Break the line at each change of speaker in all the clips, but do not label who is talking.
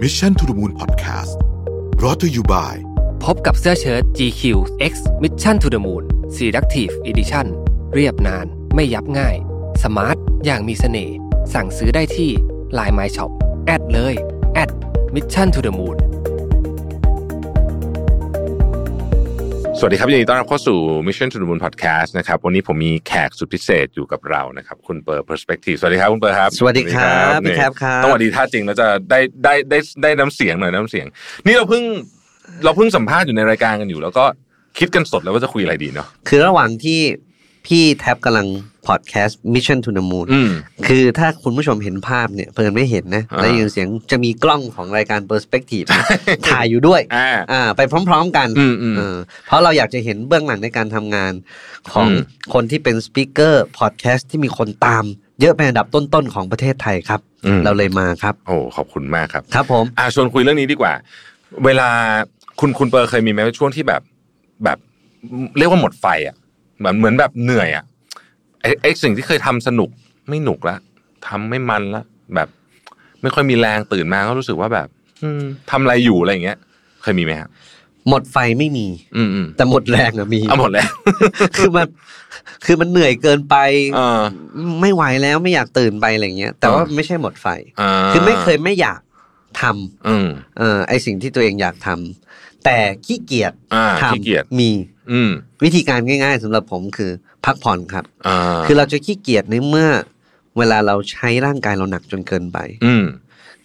Mission to the Moon Podcast รอ t ธออยู่บ่าย
พบกับเสื้อเชิ้ต GQ X Mission to the Moon Seductive Edition เรียบนานไม่ยับง่าย สมาร์ท อย่างมีเสน่ห์ สั่งซื้อได้ที่ Line My Shop แอดเลย แอด Mission to the Moon
สวัสดีครับยินดีต้อนรับเข้าสู่ Mission to the Moon Podcast นะครับวันนี้ผมมีแขกสุดพิเศษอยู่กับเรานะครับคุณเปิร์ Perspective สวัสดีครับคุณเปิร์ครับ
สวัสดีครับพี่แคปครับ
ต้องสวัสดีท่าจริงแล้วจะได้ได้ได้ได้น้ำเสียงหน่อยน้ำเสียง นี่เราเพิ่งเราเพิ่งสัมภาษณ์อยู่ในรายการกันอยู่ แล้วก็คิดกันสดแล้วว่าจะคุยอะไรดีเนาะ
คือระหว่างที่พี่แท็บกำลังพอดแคสต์ Mission to the Moon
อืม
คือถ้าคุณผู้ชมเห็นภาพเนี่ย เพิ่นไม่เห็นนะ
อ่า
ได้ยินเสียงจะมีกล้องของรายการ Perspective เนี่ยถ่ายอยู่ด้วย
อ่า
อ่า ไปพร้อม ๆ กัน
อืมอืม
เออเพราะเราอยากจะเห็นเบื้องหลังในการทำงานของ
อืม
คนที่เป็นสปิเกอร์พอดแคสต์ที่มีคนตาม เยอะเป็นอันดับต้น ๆ ของประเทศไทยครับ
อืม
เราเลยมาครับ
โอ้ขอบคุณมากครับ
ครับผม
อ่าชวนคุยเรื่องนี้ดีกว่า เวลาคุณคุณเปอร์เคยมีไหมช่วงที่แบบแบบเรียกว่าหมดไฟอ่ะเหมือนเหมือนแบบเหนื่อยอ่ะไอ้ไอ้สิ่งที่เคยทำสนุกไม่หนุกละทำไม่มันละแบบ ไม่ค่อยมีแรงตื่นมาก็รู้สึกว่าแบบ อืมทำอะไรอยู่อะไรอย่างเงี้ย เคยมีไหมครับ
หมดไฟไม่มี
อืมอืม
แต่หมดแรงอะมี
เอาหมดแล้ว
คือมันคือมันเหนื่อยเกินไป
เออ
ไม่ไหวแล้วไม่อยากตื่นไปอะไรเงี้ย แต่ว่า
อ่า
ไม่ใช่หมดไฟ
อ่า
คือไม่เคยไม่อยากท
อืม
ำเอ่อไอสิ่งที่ตัวเองอยากทำแต่ขี้เกียจ
อ่า
ท
ขี้เกียจ
ำมี
อืม
วิธีการง่าย ๆสำหรับผมคือพักผ่อนครับ
อ่า
คือเราจะขี้เกียจในเมื่อ เวลาเราใช้ร่างกายเราหนักจนเกินไป
อืม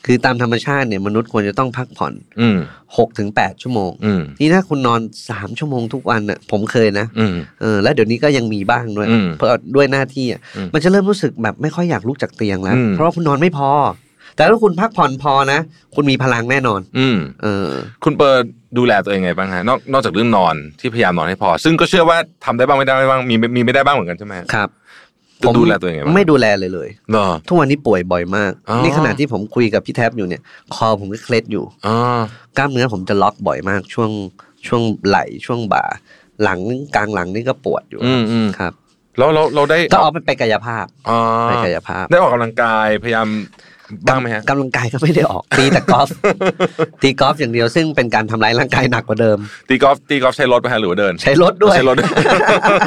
คือตามธรรมชาติเนี่ยมนุษย์ควรจะต้องพักผ่อน
อืม
6ถึง8ชั่วโมง
อืม
นี่ถ้าคุณนอน 3 ชั่วโมงทุกวันน่ะผมเคยนะ
อืม
เออแล้วเดี๋ยวนี้ก็ยังมีบ้างด้วย
อืม
เพราะด้วยหน้าที่อ่ะ
อืม
มันจะเริ่มรู้สึกแบบไม่ค่อยอยากลุกจากเตียงแล้ว
อืม
เพราะว่าคุณนอนไม่พอ แต่ถ้าคุณพักผ่อนพอนะ คุณมีพลังแน่นอน
อืม
เออ
คุณเปิดดูแลตัวเองไงบ้างฮะนอกนอกจากเรื่องนอนที่พยายามนอนให้พอ ซึ่งก็เชื่อว่าทำได้บ้างไม่ได้บ้างมีมีไม่ได้บ้างเหมือนกันใช่ไหมฮะ
ครับ
จะดูแลตัวเองไงบ้าง
ไม่ดูแลเลยเลย
เหรอ
ทุกวันนี้ป่วยบ่อยมาก
อ๋อ
นี่ขณะที่ผมคุยกับพี่แท็บอยู่เนี่ย คอผมก็เคล็ดอยู่
อ๋อก
ล้ามเนื้อผมจะล็อกบ่อยมาก ช่วงช่วงไหล่ช่วงบ่า หลังกลางหลังนี่ก็ปวดอยู่
อืมอืม
ครับ
แล้วเราเราได้
ก็เอาไปไปกายภาพ
อ๋อ
ไปกายภาพ
ได้ออกกำลังกายพยายามบ้างไหมฮะ
กำลังกายก็ไม่ได้ออก ตีแต่กอล์ฟ ตีกอล์ฟอย่างเดียวซึ่งเป็นการทำร้ายร่างกายหนักกว่าเดิม
ตีกอล์ฟตีกอล์ฟใช้รถไปฮะหรือว่าเดิน
ใช้รถด้วย
ใช้รถด้วย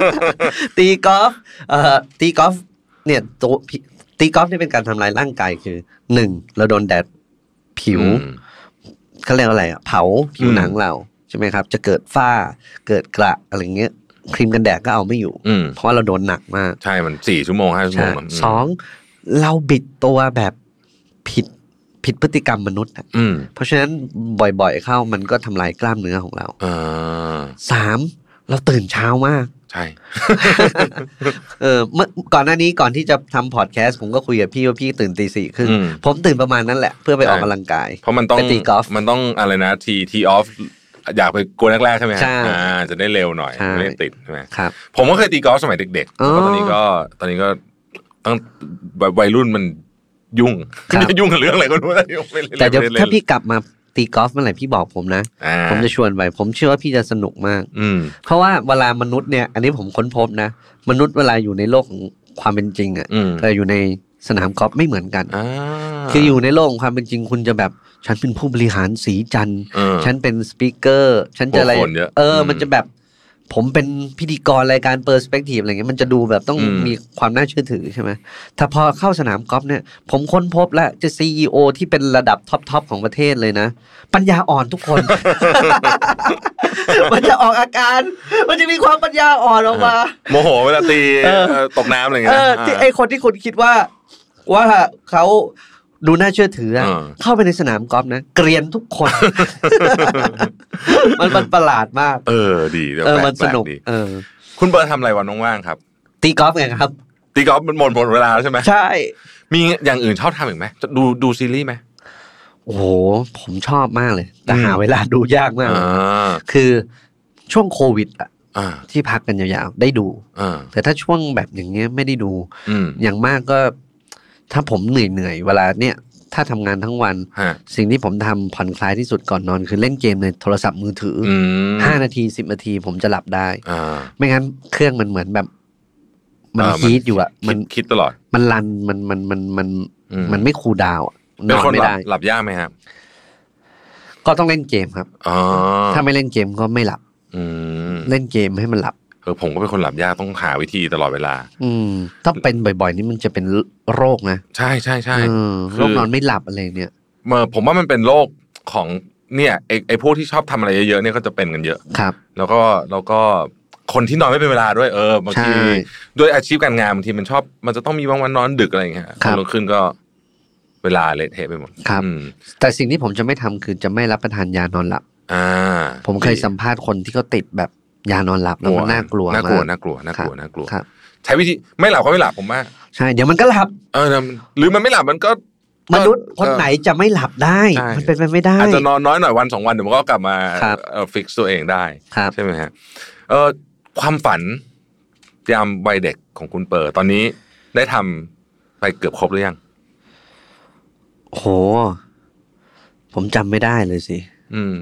ตีกอล์ฟเอ่อตีกอล์ฟเนี่ยตัวพี่ตีกอล์ฟนี่เป็นการทำร้ายร่างกายคือหนึ่งเราโดนแดดผิวเขาเรียกว่าอะไรอะเผาผิว
อืม
หนังเราใช่ไหมครับ จะเกิดฝ้าเกิดกระอะไรเงี้ยครีมกันแดดก็เอาไม่อยู่
อืม
เพราะว่าเราโดนหนักมาก
ใช่มันสี่ชั่วโมงห้าชั่วโม
ใช่
งนะม
สองเราบิดตัวแบบผิดผิดพฤติกรรมมนุษย์อะ
อืม
เพราะฉะนั้นบ่อยๆเข้ามันก็ทำลายกล้ามเนื้อของเรา
อ่า
สามเราตื่นเช้ามาก
ใช่
เออเมื่อก่อนหน้านี้ก่อนที่จะทำพอดแคสต์ผมก็คุยกับพี่ว่าพี่ตื่นตีสี่ครึ่ง
อืม
ผมตื่นประมาณนั้นแหละ เพื่อไปออก
ใช่
กำลังกาย
เพราะมันต้อง
ไปตีกอล์ฟ
มันต้องอะไรนะทีทีออฟอยากไปกวนแรกๆใช่ไหมฮะ
ใช่
อ่าจะได้เร็วหน่อย
ใช่
ไม่ได้ติดใช่ไหม
ครับ
ผมก็เคยตีกอล์ฟสมัยเด็กๆ
อ๋
แล้ว
อ
ก็ตอนนี้ก็ตอนนี้ก็ตั้งวัยวัยรุ่นมันยุ่ง
ครับ
จะ ยุ่งกับเรื่องอะไรก็รู้แต่ยุ่งไปเรื่อยๆ
แต่เดี๋ยว
เรื่อยๆ
ถ้าพี่กลับมาตีกอล์ฟเมื่อไหร่พี่บอกผมนะ
อ่า
ผมจะชวนไป ผมเชื่อว่าพี่จะสนุกมาก
อืม
เพราะว่าเวลามนุษย์เนี่ย อันนี้ผมค้นพบนะ มนุษย์เวลาอยู่ในโลกของความเป็นจริงอะ
อืม
เราอยู่ในสนามกอล์ฟไม่เหมือนกัน
อ่า
คืออยู่ในโลกของความเป็นจริงคุณจะแบบฉันเป็นผู้บริหารสีจันทร์
เออ
ฉันเป็นสปีกเกอร์ ฉันจะอะไร
หัวโขนเยอะ
เอออ
ม
มันจะแบบ ผมเป็นพิธีกรรายการเปอร์สเปกทีฟอะไรเงี้ย มันจะดูแบบต้อง
อืม
มีความน่าเชื่อถือใช่ไหมถ้าพอเข้าสนามกอล์ฟเนี่ย ผมค้นพบแล้วจะซีอที่เป็นระดับท็อปทอปของประเทศเลยนะ ปัญญาอ่อนทุก คน มันจะออกอาการ มันจะมีความปัญญาอ่อนออกมา
โมโหเวลาตี
เออ
เอ่อตกน้ำอะไรอย่าง
เอ
เงี้ย
อที่
นะา
ไอคนที่คุณคิดว่า ว่าเขาดูน่าเชื่อถืออะ
เออ
เข้าไปในสนามกอล์ฟนะ เกรียนทุกคน มันมันประหลาดมาก
เออดีดี๋ยว
เออ
แปล
มันสนุก
แปลดี
เออ
คุณเบิร์ดทำอะไรวันว่างๆครับ
ตีกอล์ฟไงครับ
ตีกอล์ฟมันหมดหมดเวลาแล้วใช่ไหม
ใช่
มีอย่างอื่นชอบทำอีกไหมดูดูซีรีส์ไหม
โอ้โห ผมชอบมากเลย แต่หาเวลาดูยากมาก
อ่า
คือช่วงโควิดอะ
อ่า
ที่พักกันยาวๆ ได้ดู
อ่า
แต่ถ้าช่วงแบบอย่างเงี้ยไม่ได้ดู
อืม
อย่างมากก็ ถ้าผมเหนื่อยๆ เวลาเนี่ย ถ้าทำงานทั้งวัน
ฮะ
สิ่งที่ผมทำผ่อนคลายที่สุดก่อนนอน คือเล่นเกมในโทรศัพท์มือถืออ
อืม
ห้านาทีสิบนาทีผมจะหลับได้
อ่า
ไม่งั้นเครื่องมันเหมือนแบบ มัน
เออมัน
ฮีทอยู่อะ
คิ
มั
ด
น
คิดตลอด
มันรันมันมันมันมัน
อืม
มันไม่คูลดาวน์อะ
เป็น
นอน
คน
ไม่
หลับ
ได้
หลับยากไหมครับ
ก็ต้องเล่นเกมครับ
อ๋อ
ถ้าไม่เล่นเกมก็ไม่หลับ
อืม
เล่นเกมให้มันหลับ
เออผมก็เป็นคนหลับยากต้องหาวิธีตลอดเวลา
อืม ถ้าเป็นบ่อยๆ นี่มันจะเป็นโรคนะ
ใช่ใช่ใช่
เออ
คือ
โรคนอนไม่หลับอะไรเนี่ย
เอ่อผมว่ามันเป็นโรคของเนี่ยไอไอพวกที่ชอบทำอะไรเยอะๆเนี่ยก็จะเป็นกันเยอะ
ครับ
แล้วก็แล้วก็คนที่นอนไม่เป็นเวลาด้วยเออบางที
ใช่
ด้วยอาชีพการงานบางทีมันชอบ มันจะต้องมีบางวันนอนดึกอะไรอย่างเงี้ย
ครับ
ลงขึ้นก็เวลาเละเทะไปหมด
ครับ
อืม
แต่สิ่งที่ผมจะไม่ทำคือจะไม่รับประทานยานอนหลับ
อ่า
ผมเคยสัมภาษณ์คนที่เขาติดแบบยานอนหลับแล้วมันน่ากลัว
น่ากลัว
ม
น่ากลัวน่ากลัวน่ากลัว
ครับ
ใช้วิธีไม่หลับก็ไม่หลับผมว่า
ใช่ เดี๋ยวมันก็หลับ
เออหรือมันไม่หลับมันก็
มนุษย์คนไหนจะไม่หลับได้
ใช่
มันเป็นไปไม่ได้
อาจจะนอนน้อยหน่อยวันสองวันเดี๋ยวมันก็กลับมา
ครับ
ฟิกตัวเองได้
ครับ
ใช่ไหมฮะเออความฝันยามวัยเด็กของคุณเปิดตอนนี้ได้ทำไปเกือบครบหรือยัง
โห ผมจำไม่ได้เลยสิ
อืม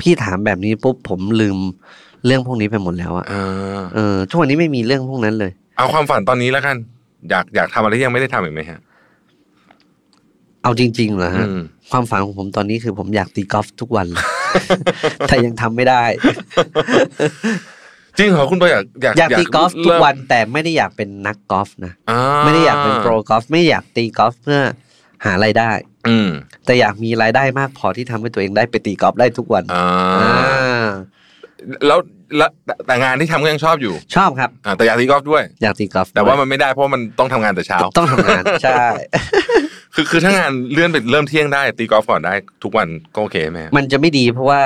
พี่ถามแบบนี้ปุ๊บผมลืมเรื่องพวกนี้ไปหมดแล้วอะ
เออ
เออทุกวันนี้ไม่มีเรื่องพวกนั้นเลย
เอาความฝันตอนนี้แล้วกัน อยากอยากทำอะไรที่ยังไม่ได้ทำอีกไหมฮะ
เอาจริงๆเหรอฮะ
อืม
ความฝันของผมตอนนี้คือผมอยากตีกอล์ฟทุกวันเลย แต่ยังทำไม่ได้
จริงเหรอคุณเปิดอยากอยาก
อยากตีกอล์ฟทุก
เม
วันแต่ไม่ได้อยากเป็นนักกอล์ฟนะ
อ่า
ไม่ได้อยากเป็นโปรกอล์ฟไม่อยากตีกอล์ฟเพื่อหารายได้
อืม
แต่อยากมีรายได้มากพอที่ทำให้ตัวเองได้ไปตีกอล์ฟได้ทุกวัน
อ่า
อ่า
แล้วแล้วแต่แต่งานที่ทำก็ยังชอบอยู่
ชอบครับ
อ่าแต่อยากตีกอล์ฟด้วย
อยากตีกอล์ฟ
แต่ว่า
ด้ย
มันไม่ได้เพราะมันต้องทำงานแต่เช้า
ต้องทำ งาน ใช่
คือคือถ้างานเลื่อนไปเริ่มเที่ยงได้ตีกอล์ฟก่อนได้ทุกวันก็โอเคไหมฮะ
มันจะไม่ดีเพราะว่า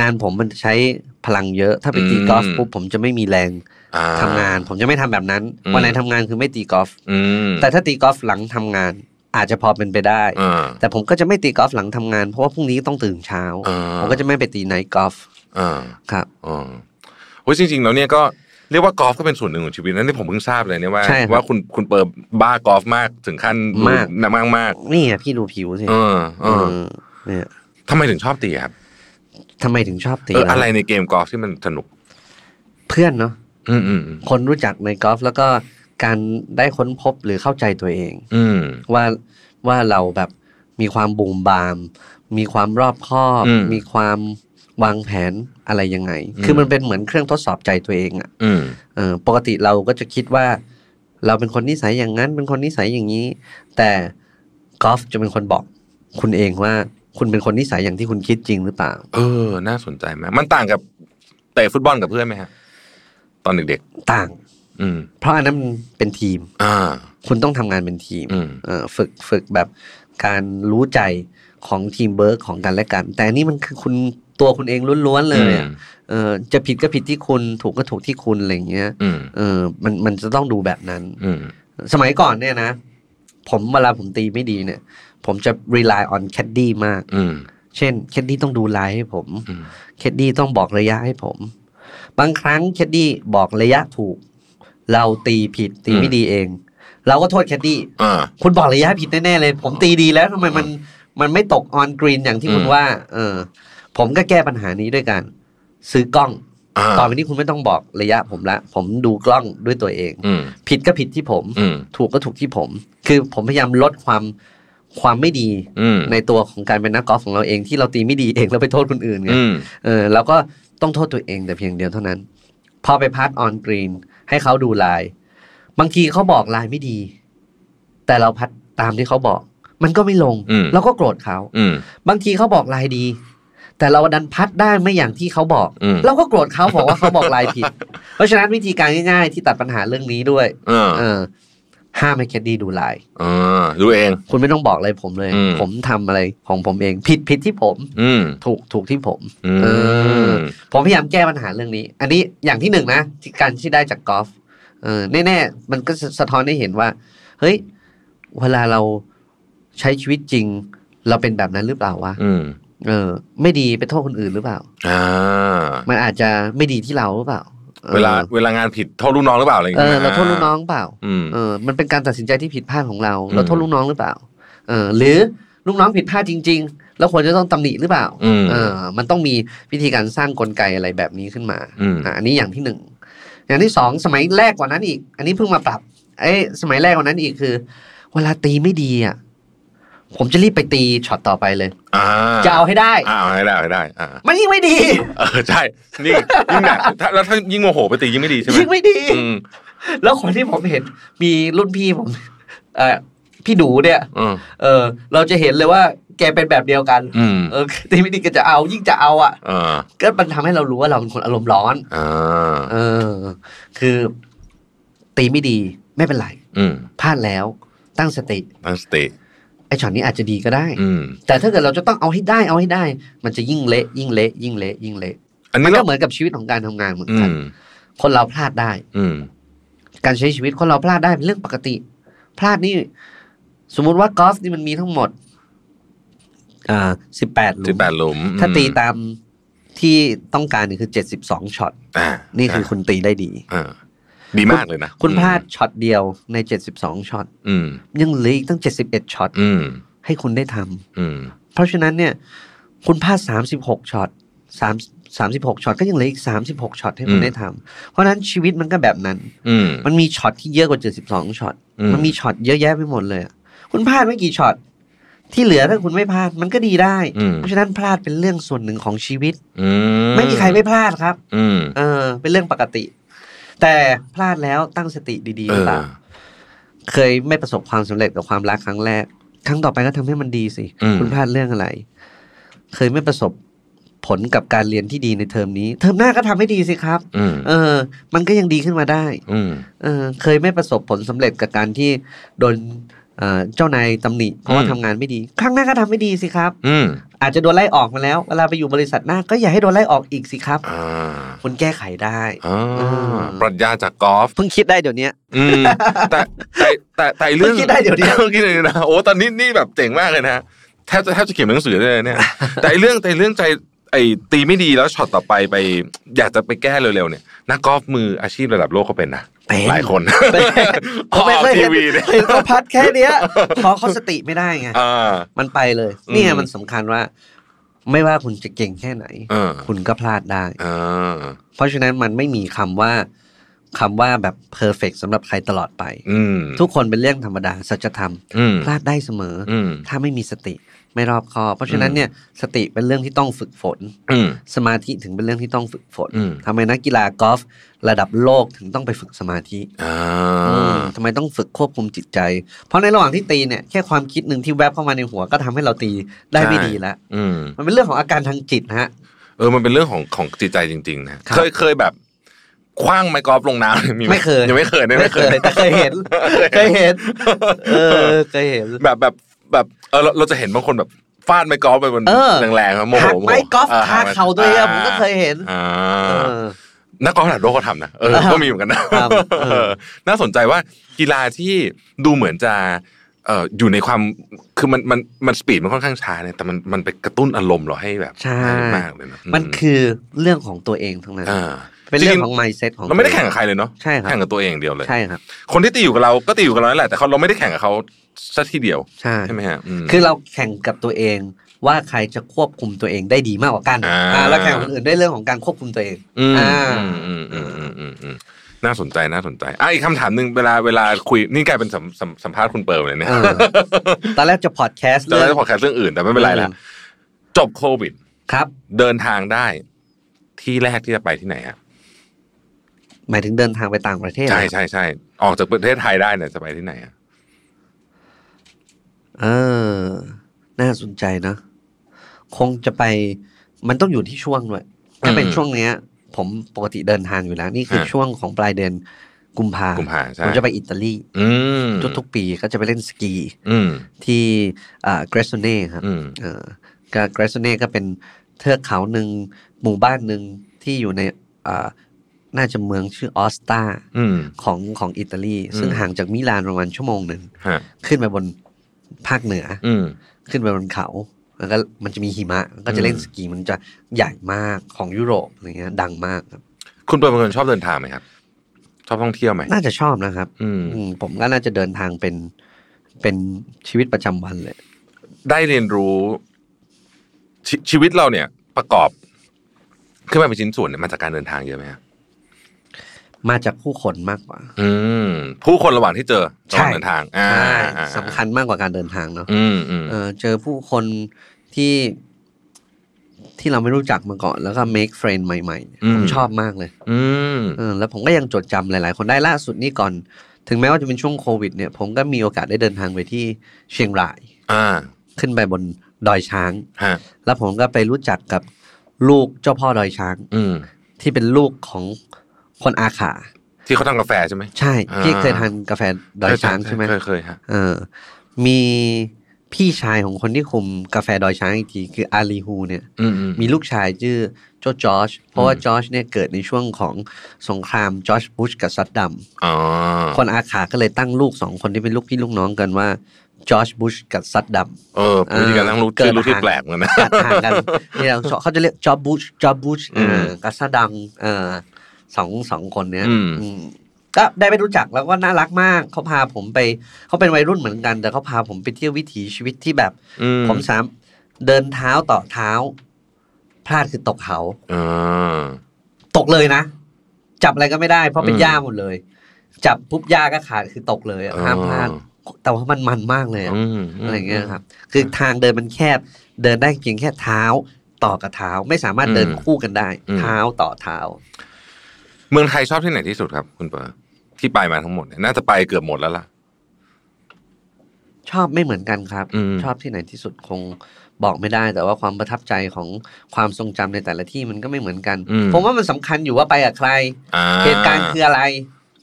งานผมมันใช้พลังเยอะ ถ้าไปตีกอล์ฟ
อืม
ปุ๊บผมจะไม่มีแรง
อ่
ทำงาน ผมจะไม่ทำแบบนั้น
อืม
วันไหนทำงานคือไม่ตีกอล์ฟ
อืม
แต่ถ้าตีกอล์ฟหลังทำงาน อาจจะพอเป็นไปได้
อ่า
แต่ผมก็จะไม่ตีกอล์ฟหลังทำงาน เพราะว่าพรุ่งนี้ต้องตื่นเช้า
อ่า
ผมก็จะไม่ไปตีไนท์กอล์ฟ
อ่า
ครับ
อ่าโอ้ยจริง ๆ แล้วเนี่ยก็เรียกว่ากอล์ฟก็เป็นส่วนหนึ่งของชีวิตนะนี่ผมเพิ่งทราบเลยเนี่ยว่า
ใช่ครับ
ว่าคุณคุณเปิดบ้ากอล์ฟมากถึงขั้น
มาก
หนักมากมาก
นี่ไงพี่ดูผิวสิ
ๆเออเออ
เออเนี่ย
ทำไมถึงชอบตีครับ
ทำไมถึงชอบตี
เออ
ล่ะ
อะไรในเกมกอล์ฟที่มันสนุก
เพื่อนเนาะ
อืมอืมอืม
คนรู้จักในกอล์ฟแล้วก็การได้ค้นพบหรือเข้าใจตัวเอง
อืม
ว่าว่าเราแบบมีความบูมบาม มีความรอบคอบ
อืม
มีความวางแผนอะไรยังไง
อืม
คือมันเป็นเหมือนเครื่องทดสอบใจตัวเองอะ่ะ
อืม
เออปกติเราก็จะคิดว่า เราเป็นคนนิสัยอย่างนั้น เป็นคนนิสัยอย่างนี้ แต่กอล์ฟจะเป็นคนบอกคุณเองว่า คุณเป็นคนนิสัยอย่างที่คุณคิดจริงหรือเปล่า
เออ น่าสนใจมากมันต่างกับเตะฟุตบอลกับเพื่อนไหมฮะ ตอนเด็ก
ต่าง
ๆ อืม
เพราะอันนั้นมันเป็นทีม
อ่า
คุณต้องทำงานเป็นทีม
อืม
เอ่อฝึกฝึกแบบการรู้ใจของทีมเบิร์กของกันและกัน แต่อันนี่มันคือคุณตัวคุณเองล้วนๆเลยอะเออจะผิดก็ผิดที่คุณถูกก็ถูกที่คุณอะไรอย่างเงี้ย
อืม
เออมันมันจะต้องดูแบบนั้น
อืม
สมัยก่อนเนี่ยนะ ผมเวลาผมตีไม่ดีเนี่ย ผมจะ rely on caddy มาก
อืม
เช่น caddy ต้องดูไลน์ให้ผม
อืม
เคดดี้ต้องบอกระยะให้ผม บางครั้งเคดดี้บอกระยะถูก เราตีผิดตีไม่ดีเอง เราก็โทษแคดดี้
อ่า
คุณบอกระยะผิดแน่ๆเลย ผมตีดีแล้วทำไมมันมันไม่ตกออนกรีนอย่างที่คุณ
อืม
ว่า เออ ผมก็แก้ปัญหานี้ด้วยการซื้อกล้อง
อ่า
ต่อไปนี้คุณไม่ต้องบอกระยะผมละ ผมดูกล้องด้วยตัวเอง
อืม
ผิดก็ผิดที่ผม
อืม
ถูกก็ถูกที่ผม คือผมพยายามลดความความไม่ดี
อืม
ในตัวของการเป็นนักกอล์ฟของเราเองที่เราตีไม่ดีเองแล้วไปโทษคนอื่นไง
อืม
เออเราก็ต้องโทษตัวเองแต่เพียงเดียวเท่านั้น พอไปพาสออนกรีนให้เขาดูลาย บางทีเขาบอกลายไม่ดี แต่เราพัดตามที่เขาบอก มันก็ไม่ลง
อืม
เราก็โกรธเขา
อืม
บางทีเขาบอกลายดี แต่เราดันพัดได้ไม่อย่างที่เขาบอก
อืม
เราก็โกรธเขาบอกว่าเขาบอกลายผิด เพราะฉะนั้นวิธีการง่ายๆ ที่ตัดปัญหาเรื่องนี้ด้วย
เออ
เออ ห้ามให้แคดดี้ดูลาย
เออดูเอง
คุณไม่ต้องบอกอะไรผมเลย
อืม
ผมทำอะไรของผมเอง ผิดผิดที่ผม
อืม
ถูกถูกที่ผม
อื
เออ
ม
ผมพยายามแก้ปัญหาเรื่องนี้ อันนี้อย่างที่หนึ่งนะที่การที่ได้จากกอล์ฟเออแน่ๆ มันก็สะสะท้อนให้เห็นว่า เฮ้ย เวลาเราใช้ชีวิตจริง เราเป็นแบบนั้นหรือเปล่าวะ
อืม
เออ ไม่ดีไปโทษคนอื่นหรือเปล่า
อ่า
มันอาจจะไม่ดีที่เราหรือเปล่าออ
เวลา เวลางานผิดโทษลูกน้องหรือเปล่าอะไรอย่าง
เอ
เงี้
อย เราโทษลูกน้องเปล่า
อืม
เออ มันเป็นการตัดสินใจที่ผิดพลาดของเรา
อืม
เราโทษลูกน้องหรือเปล่า เออ หรือลูกน้องผิดพลาดจริง ๆ แล้วควรจะต้องตำหนิหรือเปล่า
อืม
เออ มันต้องมีวิธีการสร้างกลไกอะไรแบบนี้ขึ้นมา
อืม
ะอันนี้อย่างที่หนึ่ง อย่างที่สองสมัยแรกกว่านั้นอีก อันนี้เพิ่งมาปรับ เอ้ยสมัยแรกกว่านั้นอีกคือ เวลาตีไม่ดีอ่ะ ผมจะรีบไปตีช็อตต่อไปเลย
อ่า
จะเอาให้ได้
อ่าเอาให้ได้เอาให้ได้อ่า
มันยิ่งไม่ดี
เออใช่ นี่ยิ่งหนักถ้าแล้วถ้ายิ่งโมโหไปตียิ่งไม่ดีใช่ไหม
ยิ่งไม่ดี
อืม
แล้วคนที่ผมเห็นมีรุ่นพี่ผมเออพี่ดูเนี่ย
อืม
เออ เราจะเห็นเลยว่าแกเป็นแบบเดียวกัน
อืม
เออ ตีไม่ดีก็จะเอายิ่งจะเอาอ่ะ
อ่า
ก็มันทำให้เรารู้ว่าเราเป็นคนอารมณ์ร้อน
อ่า
เออ คือ ตีไม่ดีไม่เป็นไร
อืม
พลาดแล้วตั้งสติ
ตั้งสติ
ไอ้ช็อตนี้อาจจะดีก็ได้
อืม
แต่ถ้าเกิดเราจะต้องเอาให้ได้เอาให้ได้ มันจะยิ่งเละยิ่งเละยิ่งเละยิ่งเละ
อัน
มั
นี้
นก็
เรา
เหมือนกับชีวิตของการทำงานเหมือน
อื
กัน
ม
คนเราพลาดได้
อืม
การใช้ชีวิตคนเราพลาดได้เป็นเรื่องปกติ พลาดนี่ สมมุติว่ากอล์ฟนี่มันมีทั้งหมด อ่าสิบแปดหลุ
สิบ
ม
แปดหลุม
ถ้าตี
ตา
ตามที่ต้องการเนี่ยคือเจ็ดสิบสองช็อต
อ่า
นี่คือคุณตีได้ดี
อ่าดีมากเลยนะ
คุณ
อืม
พลาดช็อตเดียวใน 72 ช็อต
อืม
ยังเหลืออีกตั้ง 71 ช็อต
อืม
ให้คุณได้ทำ
อืม
เพราะฉะนั้นเนี่ย คุณพลาด 36 ช็อต3 36 ช็อตก็ยังเหลืออีก 36 ช็อตให้คุ
อื
ณ
ม
ได้ทำเพราะฉะนั้นชีวิตมันก็แบบนั้น
อืม
มันมีช็อตที่เยอะกว่า 72 ช็อต
อืม
มันมีช็อตเยอะแยะไปหมดเลยอะคุณพลาดไม่กี่ช็อต ที่เหลือถ้าคุณไม่พลาดมันก็ดีได้
อืม
เพราะฉะนั้นพลาดเป็นเรื่องส่วนหนึ่งของชีวิต
อืม
ไม่มีใครไม่พลาดครับ
อืม
เออ เป็นเรื่องปกติ แต่พลาดแล้วตั้งสติดีๆ
เอ
หรือ
อ
เปล่า เคยไม่ประสบความสำเร็จกับความรักครั้งแรก ครั้งต่อไปก็ทำให้มันดีสิ
อืม
คุณพลาดเรื่องอะไร เคยไม่ประสบผลกับการเรียนที่ดีในเทอมนี้ เทอมหน้าก็ทำให้ดีสิครับ
อืม
เออ มันก็ยังดีขึ้นมาได้
อืม
เออ เคยไม่ประสบผลสำเร็จกับการที่โดนเอ่อเจ้านายตำหนิเพราะว่า
อืม
ทำงานไม่ดี ครั้งหน้าก็ทำไม่ดีสิครับ
อืม
อาจจะโดนไล่ออกมาแล้ว เวลาไปอยู่บริษัทหน้าก็อย่าให้โดนไล่ออกอีกสิครับ
อ่า
คุณแก้ไขได้
อ่า
อืม
ปรัชญาจากกอล์ฟ
เพิ่งคิดได้เดี๋ยวนี้
อืมแต่แต่แต่แต่เรื่อง
เพิ่งคิดได้เดี๋ยวนี้
พิ่งคิดได้เดี๋ยวนะโอ้ตอนนี้นี่แบบเจ๋งมากเลยนะแทบจะแทบจะเขียนหนังสือได้เลยเนี่ย แต่ไอ้เรื่องแต่เรื่องใจไอ้ตีไม่ดีแล้วช็อตต่อไปไป อยากจะไปแก้เร็วๆเนี่ยนักกอล์ฟมืออาชีพระดับโลกเขาเป็นนะ
เป็น
หลายคน
เป็น
ออกทีวี เนี่ย
เห็นเขาพัดแค่เนี้ยพอเขาสติไม่ได้ไง
อ่า
มันไปเลย
อืม
เนี่ยมันสำคัญว่า ไม่ว่าคุณจะเก่งแค่ไหน
เออ
คุณก็พลาดได้
เออ
เพราะฉะนั้นมันไม่มีคำว่าคำว่าแบบเพอร์เฟกสำหรับใครตลอดไป
อืม
ทุกคนเป็นเรื่องธรรมดาสัจธรรม
อืม
พลาดได้เสมออ
อืม
ถ้าไม่มีสติไม่รอบคอบเพราะฉะนั้น
อืม
เนี่ยสติเป็นเรื่องที่ต้องฝึกฝน
อืม
สมาธิถึงเป็นเรื่องที่ต้องฝึกฝน
อืม
ทำไมนักกีฬากอล์ฟระดับโลกถึงต้องไปฝึกสมาธิ
อ่า
ทำไมต้องฝึกควบคุมจิตใจ เพราะในระหว่างที่ตีเนี่ยแค่ความคิดหนึ่งที่แวบเข้ามาในหัวก็ทำให้เราตีได้ไม่ดีแล้ว
อืม
มันเป็นเรื่องของอาการทางจิตนะฮะ
เออ มันเป็นเรื่องของของจิตใจจริง ๆ นะ
ครับ
เคยเคยแบบคว้างไม้กอล์ฟลงน้ำมี ห
ไม่เคย
ยังไม่เคยนะ
ไม่เคยแต่เคยเห็น เคยเห็น เอ อเคยเห็น
แบบแบบแบบเออเราเราจะเห็นบางคนแบบฟาดไม้กอล์ฟไปบน
เออ
แรงๆครับโมโห
หัก
โโห
ไม้กอล์ฟ
อ่
คาเข่าตัวเองผมก็เคยเห็น
อ่า
เออ
นักกอล์ฟระดับโลกก็ทำนะเออก็มีเหมือนกันนะ
ทำเออ
เออ น่าสนใจว่ากีฬาที่ดูเหมือนจะเอออยู่ในความคือมันมันมันสปีดมันค่อนข้างช้าเนี่ยแต่มันมันไปกระตุ้นอารมณ์เราให้แบบ
ใช่
ให้มากเลยนะ
มันคือเรื่องของตัวเองทั้งนั้น
อ่า
เป็นเรื่องของ mindset ของ
เราไม่ได้แข่งกับใครเลยเนาะ
ใช่ครับ
แข่งกับตัวเองอย่างเดียวเลย
ใช่ครับ
คนที่ตีอยู่กับเราก็ตีอยู่กับเรานั่นแหละแต่เขาเราไม่ได้แข่งกับเขาสักทีเดียว
ใช่
ใช่ไหมฮะม
คือเราแข่งกับตัวเอง ว่าใครจะควบคุมตัวเองได้ดีมากกว่ากัน
อ่า
อ่าแล้วแข่งกับคนอื่นด้วยเรื่องของการควบคุมตัวเอง
อืม
อ่า
อืมอืมอืมอืมอืมน่าสนใจน่าสนใจอ่ะอีกคำถามหนึ่งเวลาเวลาคุยนี่กลายเป็นสัมสัมสัมภาษณ์คุณเปิร์มเลยเนี่ย
เออตอนแรกจะพอดแคสต์
จะ
เรื่
ได้
อง
พอแคสเรื่องอื่นแต่ไม่เป็นไรละจบโควิด
ครับ
เดินทางได้ ที่แรกที่จะไปที่ไหนฮะ
หมายถึงเดินทางไปต่างประเทศ
ใช่
เหรอ
ใช่ใช่ออกจากประเทศไทยได้เนี่ยจะไปที่ไหนอ่ะ
เออ น่าสนใจเนอะคงจะไป มันต้องอยู่ที่ช่วงด้วยถ้าเป็นช่วงเนี้ย ผมปกติเดินทางอยู่แล้ว นี่คืออา ช่วงของปลายเดือนกุมภา
กุมภาใช่
ผมจะไปอิตาลี
อืม
ทุกๆปีก็จะไปเล่นสกี
อืม
ที่เกรซเน่า Gressone ครับ
อืม
เออเกรซเน่ก็เป็นเทือกเขาหนึ่งหมู่บ้านหนึ่งที่อยู่ในอ่าน่าจะเมืองชื่อออสตา
อืม
ของของอิตาลี
อืม
ซึ่งห่างจากมิลานประมาณชั่วโมงหนึ่ง
ฮะ
ขึ้นไปบนภาคเหนือ
อืม
ขึ้นไปบนเขา แล้วก็มันจะมีหิมะแล้วก็จะเล่น
อืม
สกีมันจะใหญ่มากของยุโรปอะไรเงี้ยดังมากครับ
คุณเปิร์มเป็นคนชอบเดินทางไหมครับ ชอบท่องเที่ยวไหม
น่าจะชอบนะครับ
อืม
อืมผมก็น่าจะเดินทางเป็นเป็นชีวิตประจำวันเลย
ได้เรียนรู้ชชีวิตเราเนี่ย ประกอบ ขึ้นมาเป็นชิ้นส่วนเนี่ยมาจากการเดินทางเยอะไหมฮะ
มาจากผู้คนมากกว่า
อืมผู้คนระหว่างที่เจอระหว่าง
ใช่
เดินทาง อ่าอ่า
สำคัญมากกว่าการเดินทางเนาะ
อืมอืม
เออเจอผู้คนที่ที่เราไม่รู้จักมาก่อน แล้วก็ make friend ใหม่ๆเนี่ยผมชอบมากเลย
อืม
เออแล้วผมก็ยังจดจำหลาย ๆ คนได้ล่าสุดนี่ก่อน ถึงแม้ว่าจะเป็นช่วงโควิดเนี่ย ผมก็มีโอกาสได้เดินทางไปที่เชียงราย
อ่า
ขึ้นไปบนดอยช้าง
ฮะ
แล้วผมก็ไปรู้จักกับลูกเจ้าพ่อดอยช้าง
อืม
ที่เป็นลูกของคนอาขา
ที่เขาทำกาแฟใช่ไหม
ใช่
อ่า
พี่เคยทานกาแฟดอยช้างใช่ไหม
เคยเคยฮะ
เออ มีพี่ชายของคนที่คุมกาแฟดอยช้างอีกทีคืออาลีฮูเนี่ย
อืมอืม
มีลูกชายชื่อโจจอร์จเพราะว่า
อืม
จอร์จเนี่ยเกิดในช่วงของสงครามจอร์จบุชกับซัดดัม
อ๋อ
คนอาขาก็เลยตั้งลูกสองคนที่เป็นลูกพี่ลูกน้องกันว่าจอร์จบุชกับซัดดัม
เออวิธีการทั้งรู้
เกิ
ที่
ด
รู้ที่
ห่าง
แปลกเหมือนกันนะ
กัดห่าง กันเนี่ยเขาจะเรียกจอร์จบุชจอร์จบุช
อืม
กับซัดดัมเออสองสองคนเนี้ย
อืม
อืมก็ได้ไปรู้จักแล้วก็น่ารักมากเขาพาผมไปเขาเป็นวัยรุ่นเหมือนกัน แต่เขาพาผมไปเที่ยววิถีชีวิตที่แบบ
อืม
ผมสามเดินเท้าต่อเท้า พลาดคือตกเขา
อ่า
ตกเลยนะ จับอะไรก็ไม่ได้เพราะเป็น
อืม
หญ้าหมดเลย จับปุ๊บหญ้าก็ขาดคือตกเลยอะ
อ๋อ
ห้ามพลาดแต่ว่ามันมันมากเลยอะ
อืม
อะไรเงี้ยครับ คือทางเดินมันแคบ เดินได้เพียงแค่เท้าต่อกับเท้าไม่สามารถเดินคู่กันได้ เท้าต่อเท้า
เมืองไทยชอบที่ไหนที่สุดครับ คุณเปอร์ที่ไปมาทั้งหมดเนี่ยน่าจะไปเกือบหมดแล้วล่ะ
ชอบไม่เหมือนกันครับ
อืม
ชอบที่ไหนที่สุดคงบอกไม่ได้ แต่ว่าความประทับใจของความทรงจำในแต่ละที่มันก็ไม่เหมือนกัน
อืม
ผมว่ามันสำคัญอยู่ว่าไปกับใคร
อ่
เหตุการณ์คืออะไร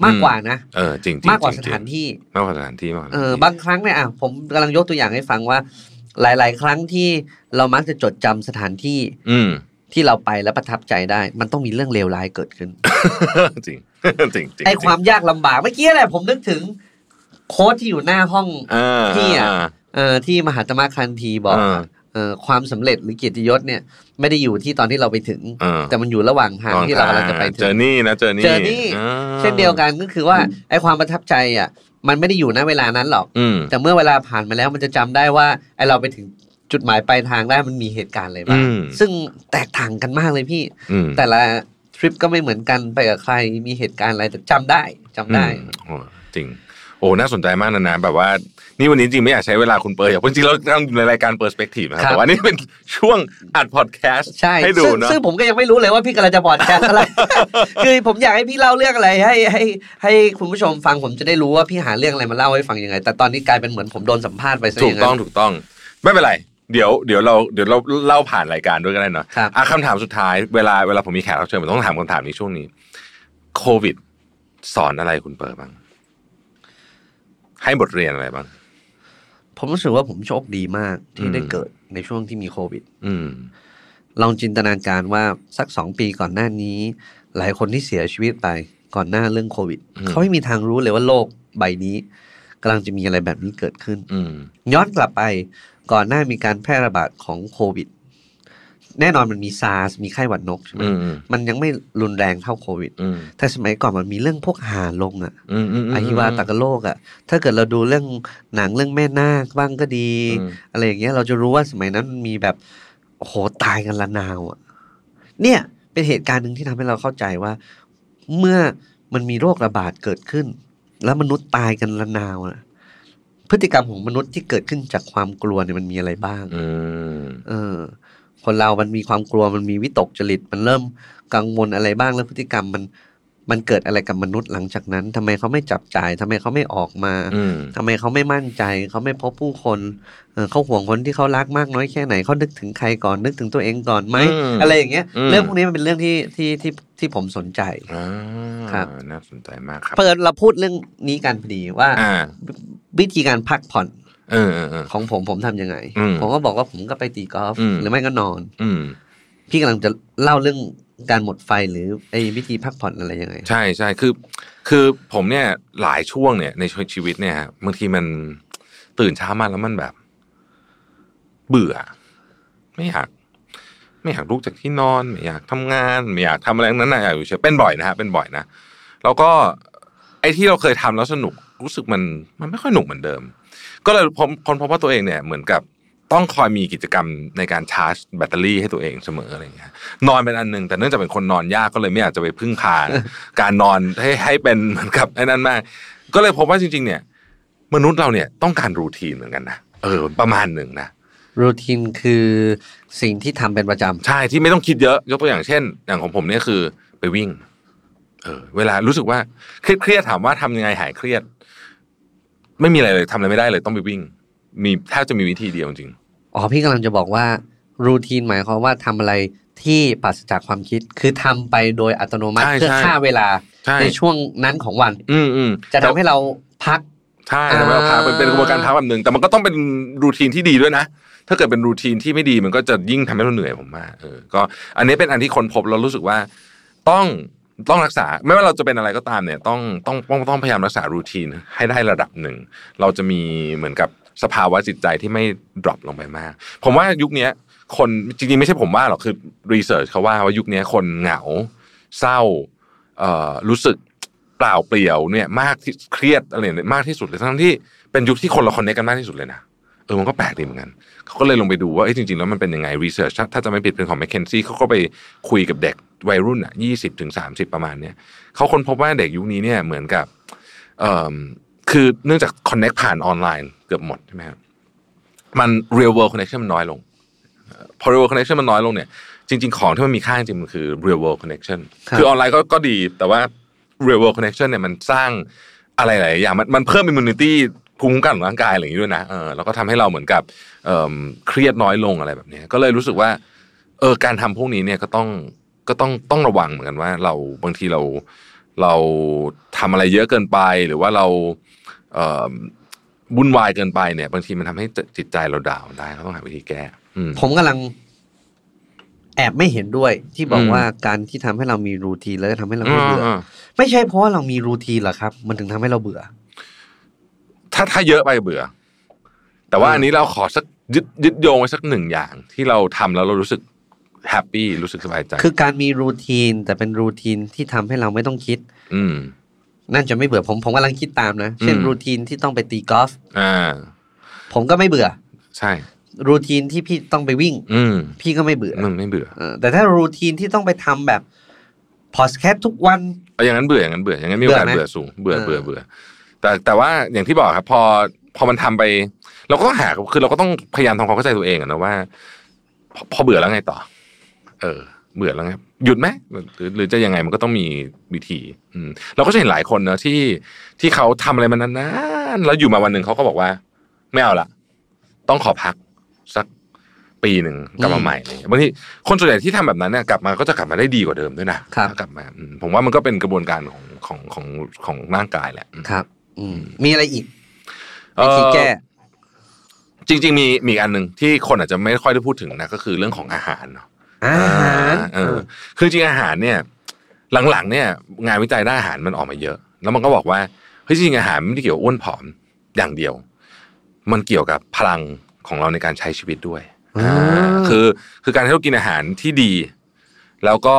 มากกว่านะ
เออจริงๆ
มากกว่า
จ
ส
ริงๆ
ถานที่
มากกว่าสถานที่มากกว่าส
เอ
ถาน
อ
ที่
บางครั้งเนี่ยอ่ะผมกำลังยกตัวอย่างให้ฟังว่า หลาย ๆ ครั้งที่เรามักจะจดจำสถานที่
อืม
ที่เราไปแล้วประทับใจได้ มันต้องมีเรื่องเลวร้ายเกิดขึ้น
จริง จริงจริง
ไอ้ความยากลำบากเมื่อกี้แหละผมนึกถึงโค้ดที่อยู่หน้าห้อง
อ่า
ที่อ่ะ
า
เออที่มหาตมะคันธีบอก
อ่า
เออความสำเร็จหรือเกียรติยศเนี่ย ไม่ได้อยู่ที่ตอนที่เราไปถึง
อ่า
แต่มันอยู่ระหว่างทางที่เรากำลังจะไปถึ
เจอง นี่นะเจอนี่
journey เช่นเดียวกันก็คือว่าไอ้ความประทับใจอ่ะ มันไม่ได้อยู่ณเวลานั้นหรอก
อืม
แต่เมื่อเวลาผ่านมาแล้วมันจะจำได้ว่าไอเราไปถึงจุดหมายปลายทางได้มันมีเหตุการณ์อะไรบ้าง
อืม
ซึ่งแตกต่างกันมากเลยพี่
อืม
แต่ละทริปก็ไม่เหมือนกันไปกับใครมีเหตุการณ์อะไรแต่จำได้จำได้
อืมโอ้จริง โอ้น่าสนใจมากนะนะแบบว่า นี่วันนี้จริงไม่อยากใช้เวลาคุณเปิดอยากจริงๆเรากำลังอยู่ในรายการเปิดสเปกทีฟนะครับ
ครับ
แต่ว่านี่เป็นช่วงอัดพอดแคสต์
ใช่
ให้ดู
ซึ่ง
เนาะ
ซึ่งผมก็ยังไม่รู้เลยว่าพี่กำลังจะบอดแคสต์อะไร คือผมอยากให้พี่เล่าเรื่องอะไร ให้ให้ให้คุณผู้ชมฟังผมจะได้รู้ว่าพี่หาเรื่องอะไรมาเล่าให้ฟังยังไง แต่ตอนนี้กลายเป็นเหมือนผมโดนสัมภาษณ์ไปซะอ
ถูก
ย่างนั้
ต้อง
น
ถูกต้องไม่เป็นไร เดี๋ยวเดี๋ยวเราเดี๋ยวเราเล่าผ่านรายการด้วยก็ได้เนาะ
ครับ
อ่ะคำถามสุดท้ายเวลาเวลาผมมีแขกรับเชิญผมต้องถามคำถามนี้ช่วงนี้โควิด สอนอะไรคุณเปิดบ้าง ให้บทเรียนอะไรบ้าง
ผมรู้สึกว่าผมโชคดีมากที่ได้
อืม
เกิดในช่วงที่มีโควิด
อืม
ลองจินตนาการว่าสักสองปีก่อนหน้านี้ หลายคนที่เสียชีวิตไปก่อนหน้าเรื่องโควิด
อืม
เขาไม่มีทางรู้เลยว่าโลกใบนี้กำลังจะมีอะไรแบบนี้เกิดขึ้น
อืม
ย้อนกลับไปก่อนหน้ามีการแพร่ระบาดของโควิด แน่นอนมันมีซาร์สมีไข้หวัดนกใช่ไหม
อืม
มันยังไม่รุนแรงเท่าโควิด
อืม
แต่สมัยก่อนมันมีเรื่องพวกหาลงอะ
อืมอืมม
อาฮิวาตากโลกอะถ้าเกิดเราดูเรื่องหนังเรื่องแม่นาคบ้างก็ดี
อืม
อะไรอย่างเงี้ยเราจะรู้ว่าสมัยนั้นมันมีแบบโอ้โหตายกันละนาวอะเนี่ยเป็นเหตุการณ์หนึ่งที่ทำให้เราเข้าใจว่า เมื่อมันมีโรคระบาดเกิดขึ้น แล้วมนุษย์ตายกันละนาวอะพฤติกรรมของมนุษย์ที่เกิดขึ้นจากความกลัวเนี่ยมันมีอะไรบ้าง
อืม
เออ คนเรามันมีความกลัวมันมีวิตกจริต มันเริ่มกังวลอะไรบ้างแล้วพฤติกรรมมันมันเกิดอะไรกับมนุษย์หลังจากนั้นทำไมเขาไม่จับจ่ายทำไมเขาไม่ออกมา
อืม
ทำไมเขาไม่มั่นใจเขาไม่พบผู้คนเออเขาห่วงคนที่เขารักมากน้อยแค่ไหนเขานึกถึงใครก่อนนึกถึงตัวเองก่อนไหม
ม
อะไรอย่างเงี้ย
อืม
เรื่องพวกนี้มันเป็นเรื่องที่ที่ที่ที่ผมสนใจ
อ่า
ครับ
น่าสนใจมากครับ
เปิดเราพูดเรื่องนี้กันพอดีว่า
อ่า
วิธีการพักผ่อน
เออเออเออ
ของผมผมทำยังไง
อืม
ผมก็บอกว่าผมก็ไปตีกอล์ฟ
อืม
หรือไม่ก็นอน
อืม
พี่กำลังจะเล่าเรื่องการหมดไฟหรือไอ้วิธีพักผ่อนอะไรยังไง
ใช่ใช่คือ คือผมเนี่ยหลายช่วงเนี่ยในชีวิตเนี่ยฮะบางทีมันตื่นเช้ามาแล้วมันแบบ เบื่อ ไม่อยาก ไม่อยากลุกจากที่นอน ไม่อยากทำงาน ไม่อยากทำอะไรทั้งนั้นนะอยากอยู่เฉยเป็นบ่อยนะฮะเป็นบ่อยนะแล้วก็ ไอ้ที่เราเคยทำแล้วสนุกรู้สึกมัน มันไม่ค่อยหนุกเหมือนเดิม ก็เลยผมคนพบว่าตัวเองเนี่ย เหมือนกับ ต้องคอยมีกิจกรรมในการชาร์จแบตเตอรี่ให้ตัวเองเสมออะไรอย่างเงี้ยนอนเป็นอันหนึ่งแต่เนื่องจากเป็นคนนอนยากก็เลยไม่อยากจะไปพึ่งพา การนอนให้ให้เป็นเหมือนกับไอ้นั่นมาก ก็เลยพบว่าจริง ๆ เนี่ย มนุษย์เราเนี่ยต้องการรูทีนเหมือนกันนะเออ ประมาณหนึ่งนะ
รูทีนคือสิ่งที่ทำเป็นประจำ
ใช่ที่ไม่ต้องคิดเยอะยกตัวอย่างเช่น อย่างของผมเนี่ยคือไปวิ่ง เออ เวลารู้สึกว่าเครียดเครียดถามว่าทำยังไงหายเครียด ไม่มีอะไรเลยทำอะไรไม่ได้เลย ต้องไปวิ่ง มีแทบจะมีวิธีเดียวจริง
อ๋อพี่กำลังจะบอกว่ารูทีนหมายความว่าทำอะไรที่ปราศจากความคิดคือทำไปโดยอัตโนมัติเพื่อฆ่าเวลา
ใช่
ในช่วงนั้นของวัน
อืมอืม
จะทำให้เราพัก
ใช่ทำให้เราพาเป็นเป็นกระบวนการพาแบบหนึ่งแต่มันก็ต้องเป็นรูทีนที่ดีด้วยนะถ้าเกิดเป็นรูทีนที่ไม่ดีมันก็จะยิ่งทำให้เราเหนื่อยผมว่าเออก็ อันนี้เป็นอันที่คนพบเรารู้สึกว่า ต้องต้องรักษา ไม่ว่าเราจะเป็นอะไรก็ตามเนี่ย ต้องต้องต้องต้องพยายามรักษารูทีนให้ได้ระดับหนึ่ง เราจะมีเหมือนกับสภาวะจิตใจที่ไม่ดรอปลงไปมาก ผมว่ายุคเนี้ย คนจริงๆไม่ใช่ผมว่าหรอกคือรีเสิร์ชเขาว่าว่ายุคเนี้ยคนเหงา เศร้าเอ่อรู้สึกเปล่าเปลี่ยวเนี่ยมากที่เครียดอะไรเนี่ยมากที่สุดเลยทั้งที่เป็นยุคที่คนเราคอนเนคกันมากที่สุดเลยนะเออมันก็แปลกดีเหมือนกัน เขาก็เลยลงไปดูว่าเอ้ยจริงๆ แล้วมันเป็นยังไงรีเสิร์ชถ้าจะไม่ผิดเป็นของ m c k เคนซี่เขาก็ไปคุยกับเด็กวัยรุ่นอ่ะยี่สิบถึงสามสิบประมาณเนี้ยเขาค้นพบว่าเด็กยุคนี้เนี่ยเหมือนกับเอ่อคือเนื่องจากคอนเน็กผ่านออนไลน์เกือบหมดใช่ไหมครับมัน real world connection มันน้อยลงเอ่อพอ real world connection มันน้อยลงเนี่ย จริง ๆ ของที่มันมีค่าจริงๆมันคือ real world connection
ครับ
คือออนไลน์ก็ก็ดีแต่ว่า real world connection เนี่ยมันสร้างอะไรหลายๆอย่างมันมันเพิ่ม immunity ภูมิคุ้มกันของร่างกายอะไรอย่างนี้ด้วยนะเออแล้วก็ทำให้เราเหมือนกับ เอิ่มเครียดน้อยลงอะไรแบบเนี้ยก็เลยรู้สึกว่า เออการทำพวกนี้เนี่ยก็ต้องก็ต้องต้องระวังเหมือนกันว่า เราบางทีเราเราทำอะไรเยอะเกินไป หรือว่าเราเอิ่มวุ่นวายเกินไปเนี่ย บางทีมันทำให้จิตใจเราดาวน์ได้ก็ต้องหาวิธีแก้ อืม
ผมกำลังแอบไม่เห็นด้วย ที่บอก
อืม
ว่าการที่ทำให้เรามีรูทีนแล้วก็ทำให้เราไม่เบื่ออ
อ่า
ไม่ใช่เพราะว่าเรามีรูทีนเหรอครับ มันถึงทำให้เราเบื่อ
ๆถ้าถ้าเยอะไปเบื่อ แต่ว่าอันนี้เราขอสักยึดยึดโยงไว้สักหนึ่งอย่าง ที่เราทำแล้วเรารู้สึกแฮปปี้รู้สึกสบายใจ
คือการมีรูทีนแต่เป็นรูทีนที่ทำให้เราไม่ต้องคิด
อืม
นั่นจะไม่เบื่อผมผมกำลังคิดตามนะ เช่น
อืม
รูทีนที่ต้องไปตีกอล์ฟ
อ่า
ผมก็ไม่เบื่อ
ใช่
รูทีนที่พี่ต้องไปวิ่ง
อืม
พี่ก็ไม่เบื่อ
มันไม่เบื่อ
เออแต่ถ้ารูทีนที่ต้องไปทำแบบพอสแคสทุกวัน
เอาอย่างนั้นเบื่ออย่างนั้นเบื่ออย่างนั้นมีโอกาส
เบื่อไหม
เบื่อสูงเบื่อ
เออ
เบื่อเบื่อแต่แต่ว่าอย่างที่บอกครับ พอพอมันทำไป เราก็ต้องหาคือเราก็ต้องพยายามทำความเข้าใจตัวเองอะนะว่าพอพอเบื่อแล้วไงต่อ เออ เบื่อแล้วไงหยุดไหมหรือหรือจะยังไงมันก็ต้องมีวิธี อืมเราก็จะเห็นหลายคนเนอะที่ที่เขาทำอะไรมานานๆแล้วอยู่มาวันหนึ่งเขาก็บอกว่า ไม่เอาละต้องขอพักสักปีหนึ่งกลับมาใหม่อะไรอย่างเงี้ยบางทีคนส่วนใหญ่ที่ทำแบบนั้นเนี่ยกลับมาก็จะกลับมาได้ดีกว่าเดิมด้วยนะครับ กลับมาอืมผมว่ามันก็เป็นกระบวนการของของของของร่างกายแหละอืม
ครับ อืมมีอะไรอีกวิธีแก้
เอ่อจริง ๆ มีมีอีกอันหนึ่งที่คนอาจจะไม่ค่อยได้พูดถึงนะก็คือเรื่องของอาหารเนาะ
อาหาร
เออ คือจริงๆอาหารเนี่ย หลังๆเนี่ย งานวิจัยด้านอาหารมันออกมาเยอะ แล้วมันก็บอกว่าเฮ้ยจริงๆอาหารมันไม่ได้เกี่ยวกับอ้วนผอมอย่างเดียว มันเกี่ยวกับพลังของเราในการใช้ชีวิตด้วย
อ่า
คือคือการที่เรากินอาหารที่ดี แล้วก็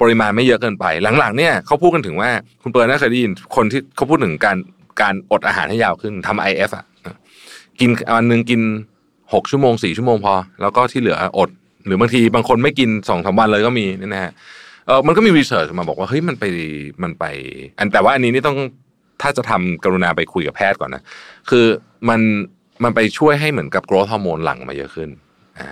ปริมาณไม่เยอะเกินไป หลังๆ เนี่ยเขาพูดกันถึงว่าคุณเปิร์น่าเคยได้ยินคนที่เขาพูดถึงการการอดอาหารให้ยาวขึ้นทำ IF อ่ะกินวันหนึ่งกินหกชั่วโมงสี่ชั่วโมงพอ แล้วก็ที่เหลืออด หรือบางทีบางคนไม่กินสองสามวันเลยก็มีเนี่ยนะฮะเออมันก็มีรีเสิร์ชมาบอกว่าเฮ้ยมันไปมันไป อันแต่ว่าอันนี้นี่ต้องถ้าจะทำกรุณาไปคุยกับแพทย์ก่อนนะ คือมันมันไปช่วยให้เหมือนกับ growth hormone หลั่งมาเยอะขึ้น อ่า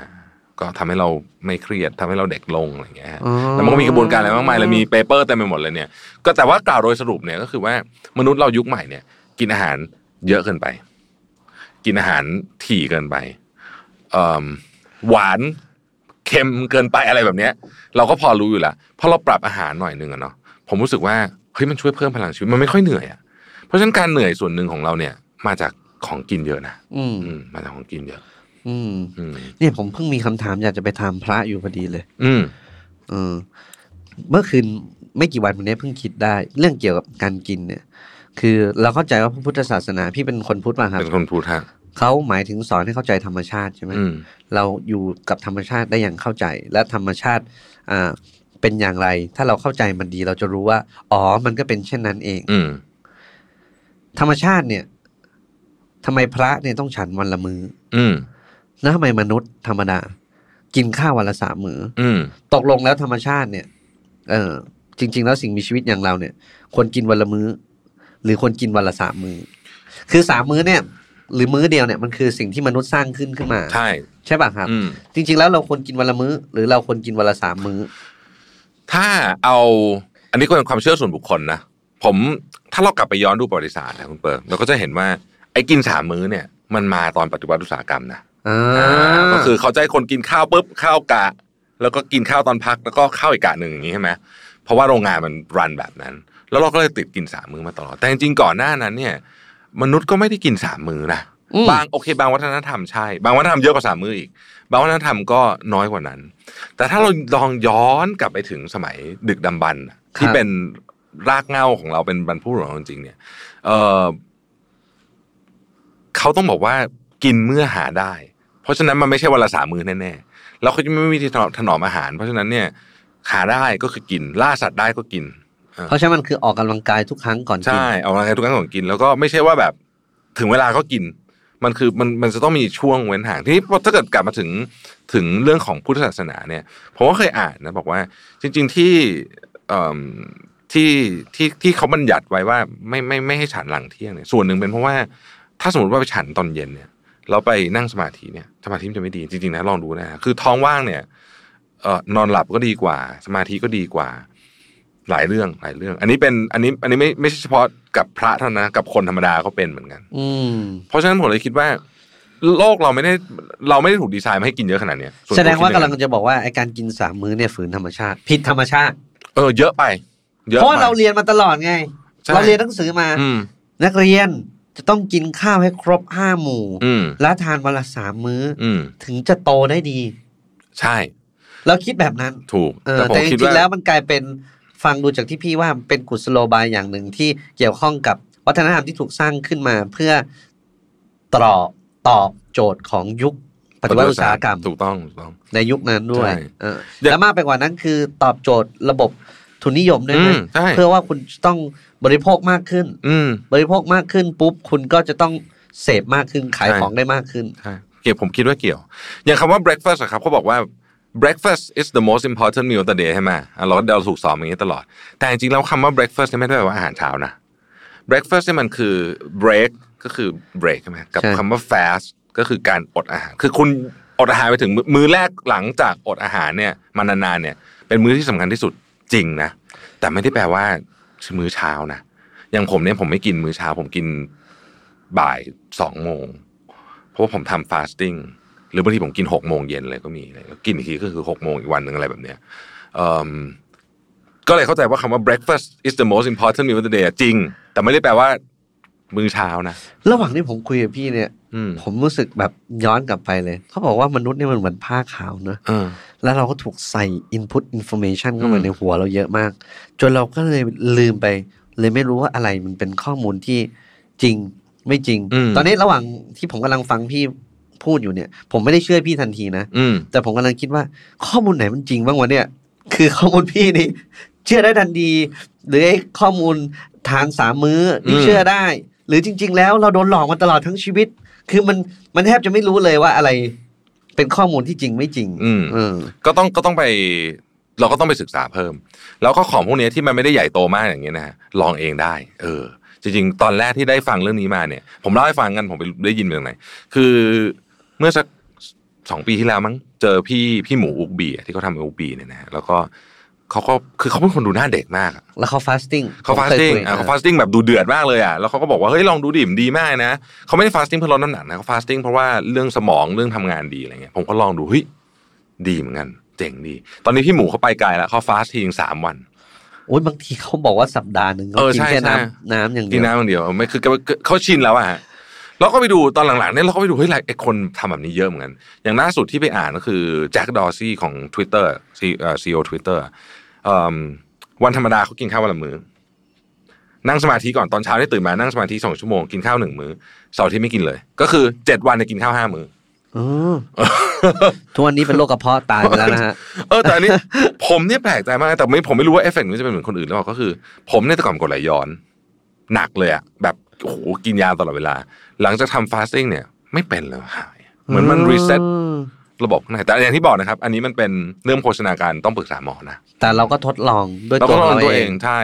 ก็ทำให้เราไม่เครียดทำให้เราเด็กลงอะไรอย่างเงี้ยฮะ
อ๋อ
แล้วมันก็มีกระบวนการอะไรมากมายเลยมีเปเปอร์เต็มไปหมดเลยเนี่ย ก็แต่ว่ากล่าวโดยสรุปเนี่ยก็คือว่ามนุษย์เรายุคใหม่เนี่ย กินอาหารเยอะเกินไป กินอาหารถี่เกินไปเอิ่มหวานเค็มเกินไปอะไรแบบเนี้ย เราก็พอรู้อยู่ละพอเราปรับอาหารหน่อยหนึงอะเนาะผมรู้สึกว่าเฮ้ยมันช่วยเพิ่มพลังชีวิตมันไม่ค่อยเหนื่อยอะเพราะฉะนั้นการเหนื่อยส่วนหนึ่งของเราเนี่ย มาจากของกินเยอะนะ
อืม
อืม มาจากของกินเยอะ
อืม
อืม
เนี่ยผมเพิ่งมีคำถามอยากจะไปถามพระอยู่พอดีเลย
อืม
เออ เมื่อคืนไม่กี่วันวันนี้เพิ่งคิดได้ เรื่องเกี่ยวกับการกินเนี่ย คือเราเข้าใจว่าพระพุทธศาสนาพี่เป็นคนพุทธมาครับ
เป็นคนพูดฮะ
เขาหมายถึงสอนให้เข้าใจธรรมชาติใช่ไหม
อืม
เราอยู่กับธรรมชาติได้อย่างเข้าใจและธรรมชาติอ่าเป็นอย่างไร ถ้าเราเข้าใจมันดีเราจะรู้ว่า อ๋อ มันก็เป็นเช่นนั้นเอง
อืม
ธรรมชาติเนี่ยทำไมพระเนี่ยต้องฉันวันละมือ
อืม
แล้วทำไมมนุษย์ธรรมดา กินข้าววันละสามมื้อ
อืม
ตกลงแล้วธรรมชาติเนี่ย เออ จริง ๆ แล้วสิ่งมีชีวิตอย่างเราเนี่ย ควรกินวันละมื้อ หรือควรกินวันละสามมื้อ คือสามมื้อเนี่ย หรือมื้อเดียวเนี่ยมันคือสิ่งที่มนุษย์สร้างขึ้นขึ้นมา
ใช่
ใช่ป่ะครับ
อืม
จริง ๆ แล้วเราควรกินวันละมื้อ หรือเราควรกินวันละสามมื้อ
ถ้าเอา อันนี้ก็เป็นความเชื่อส่วนบุคคลนะผมถ้าเรากลับไปย้อนดูประวัติศาสตร์นะคุณเปิร์ลเราก็จะเห็นว่าไอ้กินสามมื้อเนี่ย มันมาตอนปฏิวัติอุตสาหกรรมนะ
อ่า
ก็คือเขาจะให้คนกินข้าวปุ๊บข้าวกะ แล้วก็กินข้าวตอนพักแล้วก็ข้าวอีกกะหนึ่งอย่างนี้ใช่ไหมเพราะว่าโรงงานมันรันแบบนั้น แล้วเราก็เลยติดกินสามมื้อมาตลอดแต่จริงๆก่อนหน้านั้นเนี่ย มนุษย์ก็ไม่ได้กินสามมื้อนะ
อืม
บางโอเค บางวัฒนธรรมใช่ บางวัฒนธรรมเยอะกว่าสามมื้ออีก บางวัฒนธรรมก็น้อยกว่านั้น แต่ถ้าเราลองย้อนกลับไปถึงสมัยดึกดำบรรพ์น่ะที่เป็นรากเหง้าของเราเป็นบรรพบุรุษของเราจริงๆเนี่ยเออเขาต้องบอกว่ากินเมื่อหาได้ เพราะฉะนั้นมันไม่ใช่วันละสามมื้อแน่ๆแล้วเขาจะไม่มีวิธีถนอมอาหาร เพราะฉะนั้นเนี่ยหาได้ก็คือกินล่าสัตว์ได้ก็กิน
เพราะฉะนั้นมันคือออกกำลังกายทุกครั้งก่อนกิน
ใช่ออกกำลังกายทุกครั้งก่อนกิน แล้วก็ไม่ใช่ว่าแบบถึงเวลาก็กิน มันคือมันมันจะต้องมีช่วงเว้นห่างที่นี้พอถ้าเกิดกลับมาถึงถึงเรื่องของพุทธศาสนาเนี่ยผมก็เคยอ่านนะบอกว่า จริง ๆที่เอิ่มที่ที่ที่เขาบัญญัติไว้ว่าไม่ไม่ไม่ให้ฉันหลังเที่ยงเนี่ยส่วนหนึ่งเป็นเพราะว่าถ้าสมมติว่าไปฉันตอนเย็นเนี่ยเราไปนั่งสมาธิเนี่ยสมาธิมันจะไม่ดีจริงๆนะลองดูนะคือท้องว่างเนี่ยเอ่อนอนหลับก็ดีกว่า สมาธิก็ดีกว่า หลายเรื่องหลายเรื่อง อันนี้เป็นอันนี้อันนี้ไม่ไม่ใช่เฉพาะกับพระเท่านั้นนะกับคนธรรมดาก็เป็นเหมือนกัน
อืม
เพราะฉะนั้นผมเลยคิดว่า โลกเราไม่ได้เราไม่ได้ถูกดีไซน์มาให้กินเยอะขนาดเนี้ยน
แสดงว่า
ตัคิ
กำลังจะบอกว่าไอการกินสามมื้อเนี่ยฝืนธรรมชาติ ผิดธรรมชาติ
เออเยอะไป เยอะ
เพราะว่า
ไป
เราเรียนมาตลอดไง
ใช่
เราเรียนหนังสือมา
อืม
นักเรียนจะต้องกินข้าวให้ครบห้าหมู่
อืม
และทานวันละสามมื้ออ
อืม
ถึงจะโตได้ดี
ใช่
เราคิดแบบนั้น
ถูก
เออ
แต่ผม
แต่จ
คิด
ริง
ว่า
ๆแล้วมันกลายเป็นฟังดูจากที่พี่ว่ามันเป็นกุศโลบายอย่างหนึ่งที่เกี่ยวข้องกับวัฒนธรรมที่ถูกสร้างขึ้นมา เพื่อตรอบตอบโจทย์ของยุคปฏิวัติอุตสาหกรรม
ถูกต้องถูกต้อง
ในยุคนั้นด้วย
ใช่
เออ
อยาก
แล้วมากไปกว่านั้นคือตอบโจทย์ระบบทุนนิยมด้วย
อื
นะ
มใช่
เพื่อว่าคุณต้องบริโภคมากขึ้น
อืม
บริโภคมากขึ้นปุ๊บ คุณก็จะต้องเสพมากขึ้นขาย
ใช่
ของได้มากขึ้น
ใช่เกี่ยวผมคิดว่าเกี่ยว อย่างคำว่า breakfast อะครับเขาบอกว่า breakfast is the most important meal of the day ใช่ไหมอ่ะเราเราถูกสอนมาอย่างนี้ตลอด แต่จริงๆแล้วคำว่า breakfast เนี่ยไม่ได้แปลว่าอาหารเช้านะ breakfast เนี่ยมันคือ break ก็คือ break ใช่ไหมกับ
ใช่
คำว่า fast ก็คือการอดอาหาร คือคุณอดอาหารไปถึงมื้อมื้อแรกหลังจากอดอาหารเนี่ยมานานๆเนี่ย เป็นมื้อที่สำคัญที่สุดจริงนะ แต่ไม่ได้แปลว่ามื้อเช้านะ อย่างผมเนี่ยผมไม่กินมื้อเช้า ผมกินบ่ายสองโมง เพราะว่าผมทำฟาสติ้งหรือบางทีผมกินหกโมงเย็นเลยก็มีอะไรแล้วกินอีกทีก็คือหกโมงอีกวันหนึ่งอะไรแบบเนี้ยเอิ่มก็เลยเข้าใจว่าคำว่า breakfast is the most important meal of the day จริง แต่ไม่ได้แปลว่ามื้อเช้านะ
ระหว่างที่ผมคุยกับพี่เนี่ย
อืม
ผมรู้สึกแบบย้อนกลับไปเลย เขาบอกว่ามนุษย์เนี่ยมันเหมือนผ้าขาวเนอะ
เออ
แล้วเราก็ถูกใส่ input information เข้ามา
อืม
ในหัวเราเยอะมาก จนเราก็เลยลืมไป เลยไม่รู้ว่าอะไรมันเป็นข้อมูลที่จริงไม่จริง
อืม
ตอนนี้ระหว่างที่ผมกำลังฟังพี่พูดอยู่เนี่ย ผมไม่ได้เชื่อพี่ทันทีนะ
อืม
แต่ผมกำลังคิดว่าข้อมูลไหนมันจริงบ้างวะเนี่ย คือข้อมูลพี่นี่ เชื่อได้ทันทีหรือไอ้ข้อมูลทานสามมื้อนี่
อืม
เชื่อได้ หรือจริง ๆ แล้วเราโดนหลอกมาตลอดทั้งชีวิต คือมันมันแทบจะไม่รู้เลยว่าอะไร เป็นข้อมูลที่จริงไม่จริง
อืม
เออ
ก็ต้องก็ต้องไป เราก็ต้องไปศึกษาเพิ่ม แล้วก็ของพวกเนี้ยที่มันไม่ได้ใหญ่โตมากอย่างเงี้ยนะฮะลองเองได้ เออ จริงๆ ตอนแรกที่ได้ฟังเรื่องนี้มาเนี่ย ผมเล่าให้ฟังกันผมไปได้ยินมาจากไหน คือเมื่อสักสองปีที่แล้วมั้งเจอพี่พี่หมูอุกบีอะที่เขาทำอุกบีเนี่ยนะฮะแล้วก็เขาก็คือเขาเป็นคนดูหน้าเด็กมากอะ
แล้วเขาฟาสติ้ง
เขาฟาสติ้งอ่ะเขาฟาสติ้งแบบดูเดือดมากเลยอ่ะ แล้วเขาก็บอกว่า เฮ้ย ลองดูดิมนดีมากนะ เขาไม่ได้ฟาสติ้งเพื่อลดน้ำหนักนะเขาฟาสติ้งเพราะว่าเรื่องสมองเรื่องทำงานดีอะไรเงี้ย ผมก็ลองดู เฮ้ย ดีเหมือนกัน เจ๋งดี ตอนนี้พี่หมูเขาไปไกลแล้วเขาฟาสทิ้งสามวัน
โอ้ยบางทีเขาบอกว่าสัปดาห์หนึ่งเขา
เออ
กิน
ใช่
แค่
ใช่
น้ำน้ำอย่างเดี
กิน
ยว
น้ำอย่างเดียวไม่คือเขาชินแล้วอะฮะแล้วก็ไปดูตอนหลังๆเนี่ยเราก็ไปดูเฮ้ยไอ้คนทำแบบนี้เยอะเหมือนกัน อย่างล่าสุดที่ไปอ่านก็คือแจ็คดอร์ซี่ของ Twitter ซีเอ่อซีโอทวิตเตอร์วันธรรมดาเขากินข้าววันละมื้อนั่งสมาธิก่อนตอนเช้าที่ตื่นมานั่งสมาธิสองชั่วโมงกินข้าวหนึ่งมื้อเสาร์อาที่ไม่กินเลย ก็คือเจ็ดวันเนี่ยกินข้าวห้ามื้อ
เออทุกวันนี้เป็นโรคกระเพาะตายไปแล้วนะฮะ
เออแต่อันนี้ ผมเนี่ยแปลกใจมากแต่ไม่ผมไม่รู้ว่าเอฟเฟกต์นี้จะเป็นเหมือนคนอื่นหรือเปล่าก็คือ ผมเนี่ยแต่ก่อนกดไหลย้อน หนักเลยอะแบบโอ้โหกินยาตลอดเวลา หลังจากทำฟาสติ้งเนี่ย ไม่เป็นเลยหาย เหมือนมันรีเซ็ต
อืม
ระบบข้างในแต่อย่างที่บอกนะครับ อันนี้มันเป็นเรื่องโภชนาการต้องปรึกษาหมอนะ
แต่เราก็ทดลองด้วย
เรา
ตัว
ก็ลอง
เรา
ตัว
เอ
เอง งใช่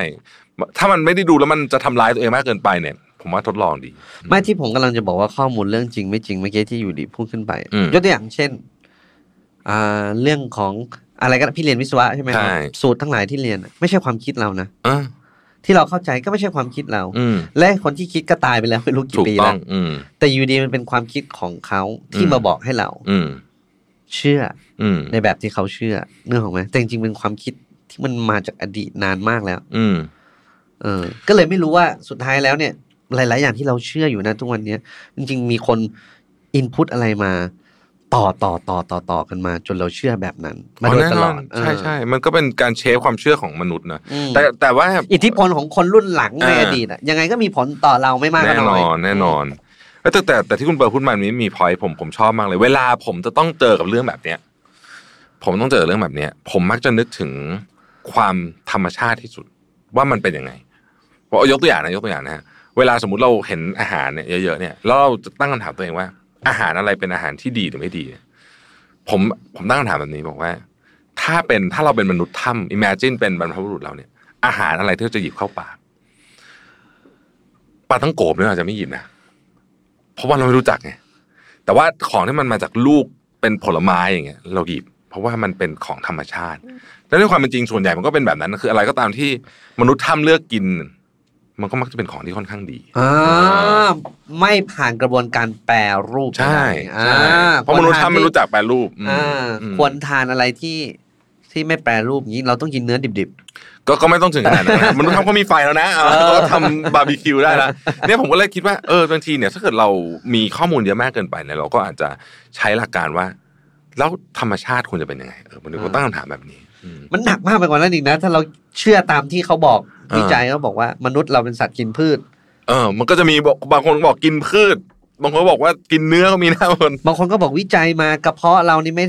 ถ้ามันไม่ได้ดูแล้วมันจะทำร้ายตัวเองมากเกินไปเนี่ย ผมว่าทดลองดี
ไม่ที่ผมกำลังจะบอกว่าข้อมูลเรื่องจริงไม่จริงเมื่อกี้ที่อยู่ดีพูดขึ้นไป
อืม
ยกตัวอย่างเช่นอ่าเรื่องของอะไรก็ได้พี่เรียนวิศวะใช่ไหมครับ
ใช่
สูตรทั้งหลายที่เรียนน่ะไม่ใช่ความคิดเรานะ
เออ
ที่เราเข้าใจก็ไม่ใช่ความคิดเรา
อืม
และคนที่คิดก็ตายไปแล้วไม่รู้กี่
ถูก
ปี
ต้อ
แล้
ง
ว
อืม
แต่อยู่ดีมันเป็นความคิดของเขาที่
อืม
มาบอกให้เรา
อืม
เชื่อ
อืม
ในแบบที่เขาเชื่อเนื่องของไหมแต่จริงๆเป็นความคิดที่มันมาจากอดีตนานมากแล้ว
อืม
เออ ก็เลยไม่รู้ว่าสุดท้ายแล้วเนี่ย หลาย ๆ อย่างที่เราเชื่ออยู่นะทุกวันเนี้ยจริง ๆ มีคนอินพุตอะไรมา ต่อต่อต่อต่อต่อกันมา จนเราเชื่อแบบนั้น มาโดยตลอด
ใช่ใช่
เออ
มันก็เป็นการเชฟความเชื่อของมนุษย์นะ
อืม
แต่แต่ว่า
อิทธิพลของคนรุ่นหลังใน
อ่า
อดีตอะยังไงก็มีผลต่อเราไม่มากก็
แน่น
น้อย
อนแน่นอนเอ้ยแต่แต่แต่ที่คุณเปิดพูดมานี้มีพอยผมผมชอบมากเลย เวลาผมจะต้องเจอกับเรื่องแบบเนี้ย ผมต้องเจอเรื่องแบบเนี้ย ผมมักจะนึกถึงความธรรมชาติที่สุด ว่ามันเป็นยังไงว่ายกตัวอย่างนะยกตัวอย่างนะฮะเวลาสมมติเราเห็นอาหารเนี่ยเยอะๆเนี่ยแล้วเราจะตั้งคำถามตัวเองว่า อาหารอะไรเป็นอาหารที่ดีหรือไม่ดีเนี่ยผมผมตั้งคำถามแบบนี้บอกว่า ถ้าเป็นถ้าเราเป็นมนุษย์ถ้ำอิมเมจินเป็นบรรพบุรุษเราเนี่ย อาหารอะไรที่เราจะหยิบเข้าปาก ปลาทั้งโกบเนี่ยอาจจะไม่หยิบนะ เพราะว่าเราไม่รู้จักไง แต่ว่าของที่มันมาจากลูกเป็นผลไม้อย่างเงี้ยเราหยิบ เพราะว่ามันเป็นของธรรมชาติ แล้วในความเป็นจริงส่วนใหญ่มันก็เป็นแบบนั้น คืออะไรก็ตามที่มนุษย์ทำเลือกกิน มันก็มักจะเป็นของที่ค่อนข้างดี
อ่าไม่ผ่านกระบวนการแปรรูป
ใช่
อ่า
ใช่เพราะมนุษย์ทำมันรู้จักแปรรูปอืม
อ่า
อืม
ควรทานอะไรที่ที่ไม่แปรรูปนี้เราต้องกินเนื้อดิบ
ก็ก็ไม่ต้องถึงขนาดนั้นนะ มนุษย์ทำก็มีไฟแล้วนะ เอาก็ทำบาร์บีคิวได้ ละเนี่ยผมก็เลยคิดว่าเออบางทีเนี่ยถ้าเกิดเรามีข้อมูลเยอะมากเกินไปเนี่ยเราก็อาจจะใช้หลักการว่า แล้วธรรมชาติควรจะเป็นยังไงเออมันก็ตั้งคำถามแบบนี้อืม
ๆ มันหนักมากไปกว่านั้นอีกนะ ถ้าเราเชื่อตามที่เขาบอก
อ่า
วิจัยเขาบอกว่ามนุษย์เราเป็นสัตว์กินพืช
เออ มันก็จะมีบอกบางคนบอกกินพืช บางคนบอกว่ากินเนื้อก็มีนะบางคน
บางคนก็บอกวิจัยมากระเพาะเรานี่ไม่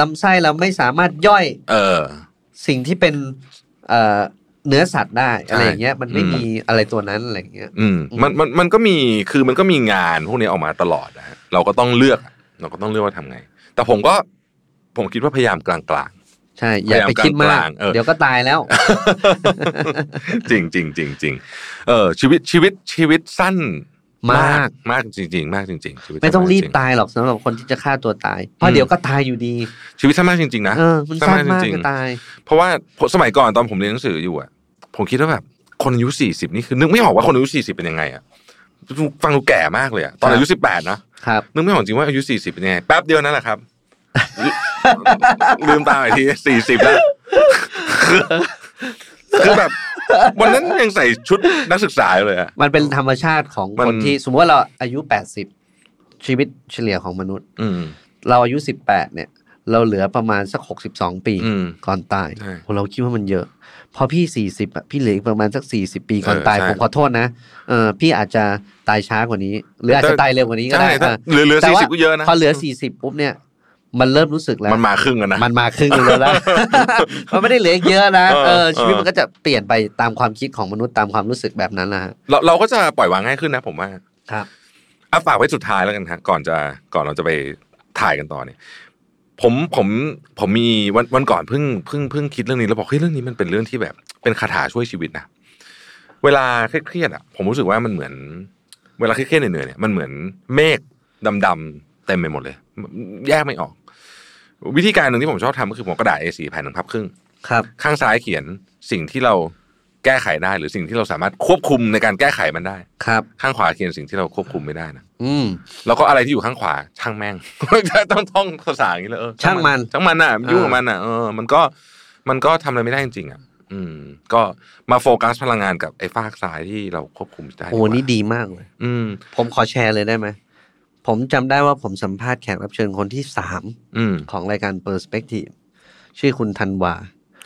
ลำไส้เราไม่สามารถย่อย
เออ
สิ่งที่เป็นเอ่อเนื้อสัตว์ได้
ใช่
อะไรอย่างเงี้ยมันไม่
อืม
มีอะไรตัวนั้นอะไรอย่างเงี้ย
อืม มันมันมันก็มีคือมันก็มีงานพวกนี้ออกมาตลอดนะฮะเราก็ต้องเลือก เราก็ต้องเลือกว่าทำไง แต่ผมก็ผมคิดว่าพยายามกลาง
ใช่ อย่าไปคิด
พยายามก
มา
ลาก งๆเออ
เดี๋ยวก็ตายแล้ว
ๆ จริงจริงจริงจริงเออชีวิตชีวิตชีวิตสั้น
มาก
มากจริง ๆ มากจริงๆชีวิตสั้น
ไม่ต้องรีบ
จๆ
ตายหรอกสำหรับคนที่จะฆ่าตัวตายเพราะ
อืม
เดี๋ยวก็ตายอยู่ดี
ชีวิตสั้นมากจริงๆนะ
เออ มันสั้นมาก
จริง
จะ
ๆ
ตาย
เพราะว่าสมัยก่อนตอนผมเรียนหนังสืออยู่อ่ะผมคิดว่าแบบคนอายุสี่สิบนี่คือ นึกไม่ออกว่าคนอายุสี่สิบเป็นยังไงอ่ะฟังดูแก่มากเลยอ่ะตอนอายุสิบแปดนะครับ นึกไม่ออกจริงว่าอายุสี่สิบเป็นยังไงแป๊บเดียวนั่นแหละครับ ลืมตาอีกทีสี่สิบแล้ว คือคือแบบ วันนั้นยังใส่ชุดนักศึกษาอยู่เลยอ่ะ
มันเป็นธรรมชาติของ
มัน
คนที่สมมติว่าเราอายุ80ชีวิตเฉลี่ยของมนุษย์
อืม
เราอายุ18เนี่ย เราเหลือประมาณสัก62ปี
อืม
ก่อนตาย
ใช่
โหเราคิดว่ามันเยอะ พอพี่สี่สิบอ่ะพี่เหลืออีกประมาณสักสี่สิบปีก่อน
เออ
ตาย
ใช่
ผมขอโทษนะเออพี่อาจจะตายช้ากว่านี้ หรืออาจจะตายเร็วกว่านี้ก็
ใช่
ได้
ถ้าเห
เออ
ลือเหลือ
แต่
สี่
ว่า
สิบก็เยอะนะ
พอเหลือสี่สิบปุ๊บเนี่ย มันเริ่มรู้สึกแล้ว
มันมาครึ่งกันนะ
มันมาครึ่งหนึงแล้วนะ มันไม่ได้เหลืออีกเยอะนะ
เออ
เออชีวิต
เออ
มันก็จะเปลี่ยนไปตามความคิดของมนุษย์ตามความรู้สึกแบบนั้นนะฮะ
เราเราก็จะปล่อยวางง่ายขึ้นนะผมว่า
ครับ
อ่ะฝากไว้สุดท้ายแล้วกันฮะก่อนจะก่อนเราจะไปถ่ายกันต่อเนี่ยผมผมผมมีวันวันก่อนเพิ่งเพิ่งเพิ่งคิดเรื่องนี้แล้วบอกเฮ้ยเรื่องนี้มันเป็นเรื่องที่แบบ เป็นคาถาช่วยชีวิตนะเวลาเครียดๆอ่ะ ผมรู้สึกว่ามันเหมือน เวลาเครียดๆเหนื่อยๆเนี่ยมันเหมือนเมฆดำๆเต็มไปหมดเลย แยกไม่ออก วิธีการหนึ่งที่ผมชอบทำก็คือผมเอากระดาษ A4 แผ่นหนึ่งพับครึ่ง
ครับ
ข้างซ้ายเขียนสิ่งที่เราแก้ไขได้ หรือสิ่งที่เราสามารถควบคุมในการแก้ไขมันได้
ครับ
ข้างขวาเขียนสิ่งที่เราควบคุมไม่ได้นะ
อืม
แล้วก็อะไรที่อยู่ข้างขวาช่างแม่ง ต้องท่องภาษาอย่างนี้เลยเออช่างมันน่ะ
เออ
ยุ่งกับมันน่ะเออมันก็มันก็ทำอะไรไม่ได้จริงๆอ่ะอืม ก็มาโฟกัสพลังงานกับไอ้ฟากซ้ายที่เราควบคุมได้
โอ้
กว่า
นี่ดีมากเลย
อืม
ผมขอแชร์เลยได้ไหมผมจำได้ว่าผมสัมภาษณ์แขกรับเชิญคนที่สาม
อืม
ของรายการ Perspective ชื่อคุณธันวา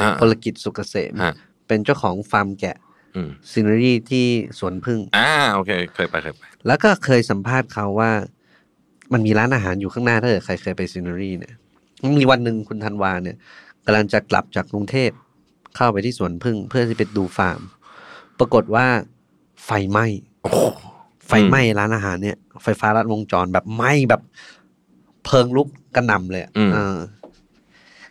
อ่ะ
พลกิจสุกเกษม
ฮะ
เป็นเจ้าของฟาร์มแกะ
อืม
ซีเนอรี่ที่สวนพึ่ง
อ่าโอเค เคยไปเคยไป
แล้วก็เคยสัมภาษณ์เขาว่า มันมีร้านอาหารอยู่ข้างหน้าถ้าเกิดใครเคยไปซีเนอรี่เนี่ยมันมีวันหนึ่งคุณธันวาเนี่ยกำลังจะกลับจากกรุงเทพเข้าไปที่สวนพึ่ง เพื่อจะไปดูฟาร์ม ปรากฏว่าไฟไหม้
โอ้โห
ไฟไหม้ร้านอาหารเนี่ยไฟฟ้ารัดวงจรแบบไหม้แบบ เพลิงลุกกระหน่ำเลยอะ
อืม
เออ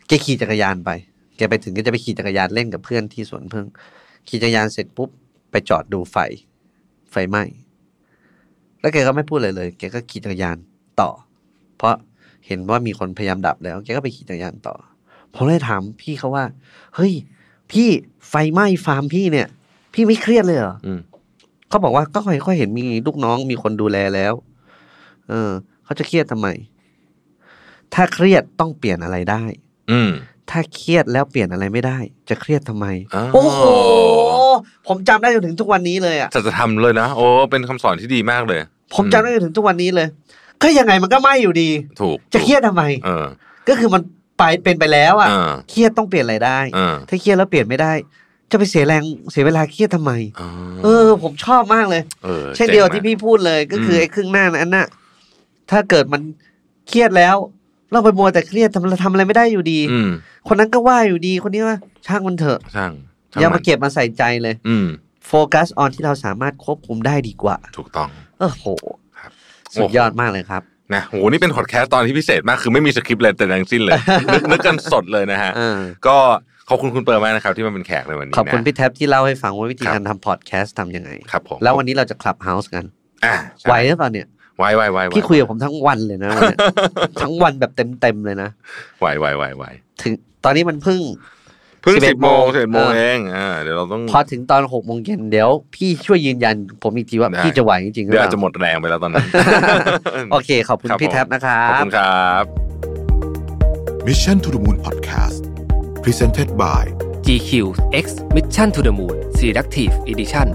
แกขี่จักรยานไป แกไปถึงก็จะไปขี่จักรยานเล่นกับเพื่อนที่สวนพึ่ง ขี่จักรยานเสร็จปุ๊บ ไปจอดดูไฟ ไฟไหม้ แล้วแกก็ไม่พูดอะไรเลย แกก็ขี่จักรยานต่อ เพราะเห็นว่ามีคนพยายามดับแล้ว แกก็ไปขี่จักรยานต่อ ผมเลยถามพี่เขาว่า เฮ้ย พี่ไฟไหม้ฟาร์มพี่เนี่ย พี่ไม่เครียดเลยเหรอ
อืม
เขาบอกว่าก็ค่อยๆเห็นมีลูกน้องมีคนดูแลแล้ว เออ เขาจะเครียดทำไม ถ้าเครียดต้องเปลี่ยนอะไรได้
อืม
ถ้าเครียดแล้วเปลี่ยนอะไรไม่ได้ จะเครียดทำไม
อ๋อ
โอ้โห ผมจำได้จนถึงทุกวันนี้เลยอ่ะ
สัจธรรมเลยนะ โอ้เป็นคำสอนที่ดีมากเลย
ผมจำได้จนถึงทุกวันนี้เลย ก็ยังไงมันก็ไหม่อยู่ดี
ถูก
จะเครียดทำไม
เออ
ก็คือมันไปเป็นไปแล้วอ่ะ
เออ
เครียดต้องเปลี่ยนอะไรได้
เออ
ถ้าเครียดแล้วเปลี่ยนไม่ได้ จะไปเสียแรงเสียเวลาเครียดทำไม เออ ผมชอบมากเลย
เออ
เช่นเดียวที่
จ๋งมาก
พี่พูดเลยก็คืออ
ม
ไอ้ครึ่งหน้านั้นน่ะถ้าเกิดมันเครียดแล้ว เราไปมัวแต่เครียดทำทำอะไรไม่ได้อยู่ดี
อืม
คนนั้นก็ว่าอยู่ดีคนนี้ว่าช่างมันเถอะ
ช่างช่ง
อย่ามาเก็บมาใส่ใจเลย
อืม
โฟกัสออนที่เราสามารถควบคุมได้ดีกว่า
ถูกต้อง
โอ้โห
ครับ
สุดยอดมากเลยครับ
นะโหนี่เป็นพอดแคสต์ตอนที่พิเศษมาก คือไม่มีสคริปต์อะไรแต่ดังสิ้นเลย นึกนึกกันสดเลยนะฮะ
เออ
ก็ขอบคุณคุณเปิร์มากนะครับ ที่มาเป็นแขกในวันนี้
ขอบคุณ
นะ
พี่แท็บที่เล่าให้ฟังว่าวิธี
ครับ
การทำพอดแคสต์ทำยังไง
ครับผม
แล้ววันนี้เราจะคลับเฮาส์กัน
อ่ะ
ไหวหรือเปล่าเนี่ย
ไหวไหวไหวไหว
พี่คุยกับผมทั้งวันเลยนะวันเนี้ยทั้งวันแบบเต็มๆเลยนะ
ไหวไหวไหวไหว
ถึงตอนนี้มันเพิ่ง
เพิ่ง
11
สิบโมงสิบโมง
เออ
เองอ่าเดี๋ยวเราต้อง
พอถึงตอนหกโมงเย็นเดี๋ยว พี่ช่วยยืนยัน ผมอีกทีว่า
ได้
พี่จะไหวจริงๆหรือ
เดี๋ยว
เป
อาจจะหม
ล่า
ดแรงไปแล้วตอนนั้น
โอเค ขอบคุณ
ครับ
พี่
ผม
แท็บนะครั
ขอบบ คุณครับ
Mission to the Moon Podcast Presented by
GQ X Mission to the Moon Selective Edition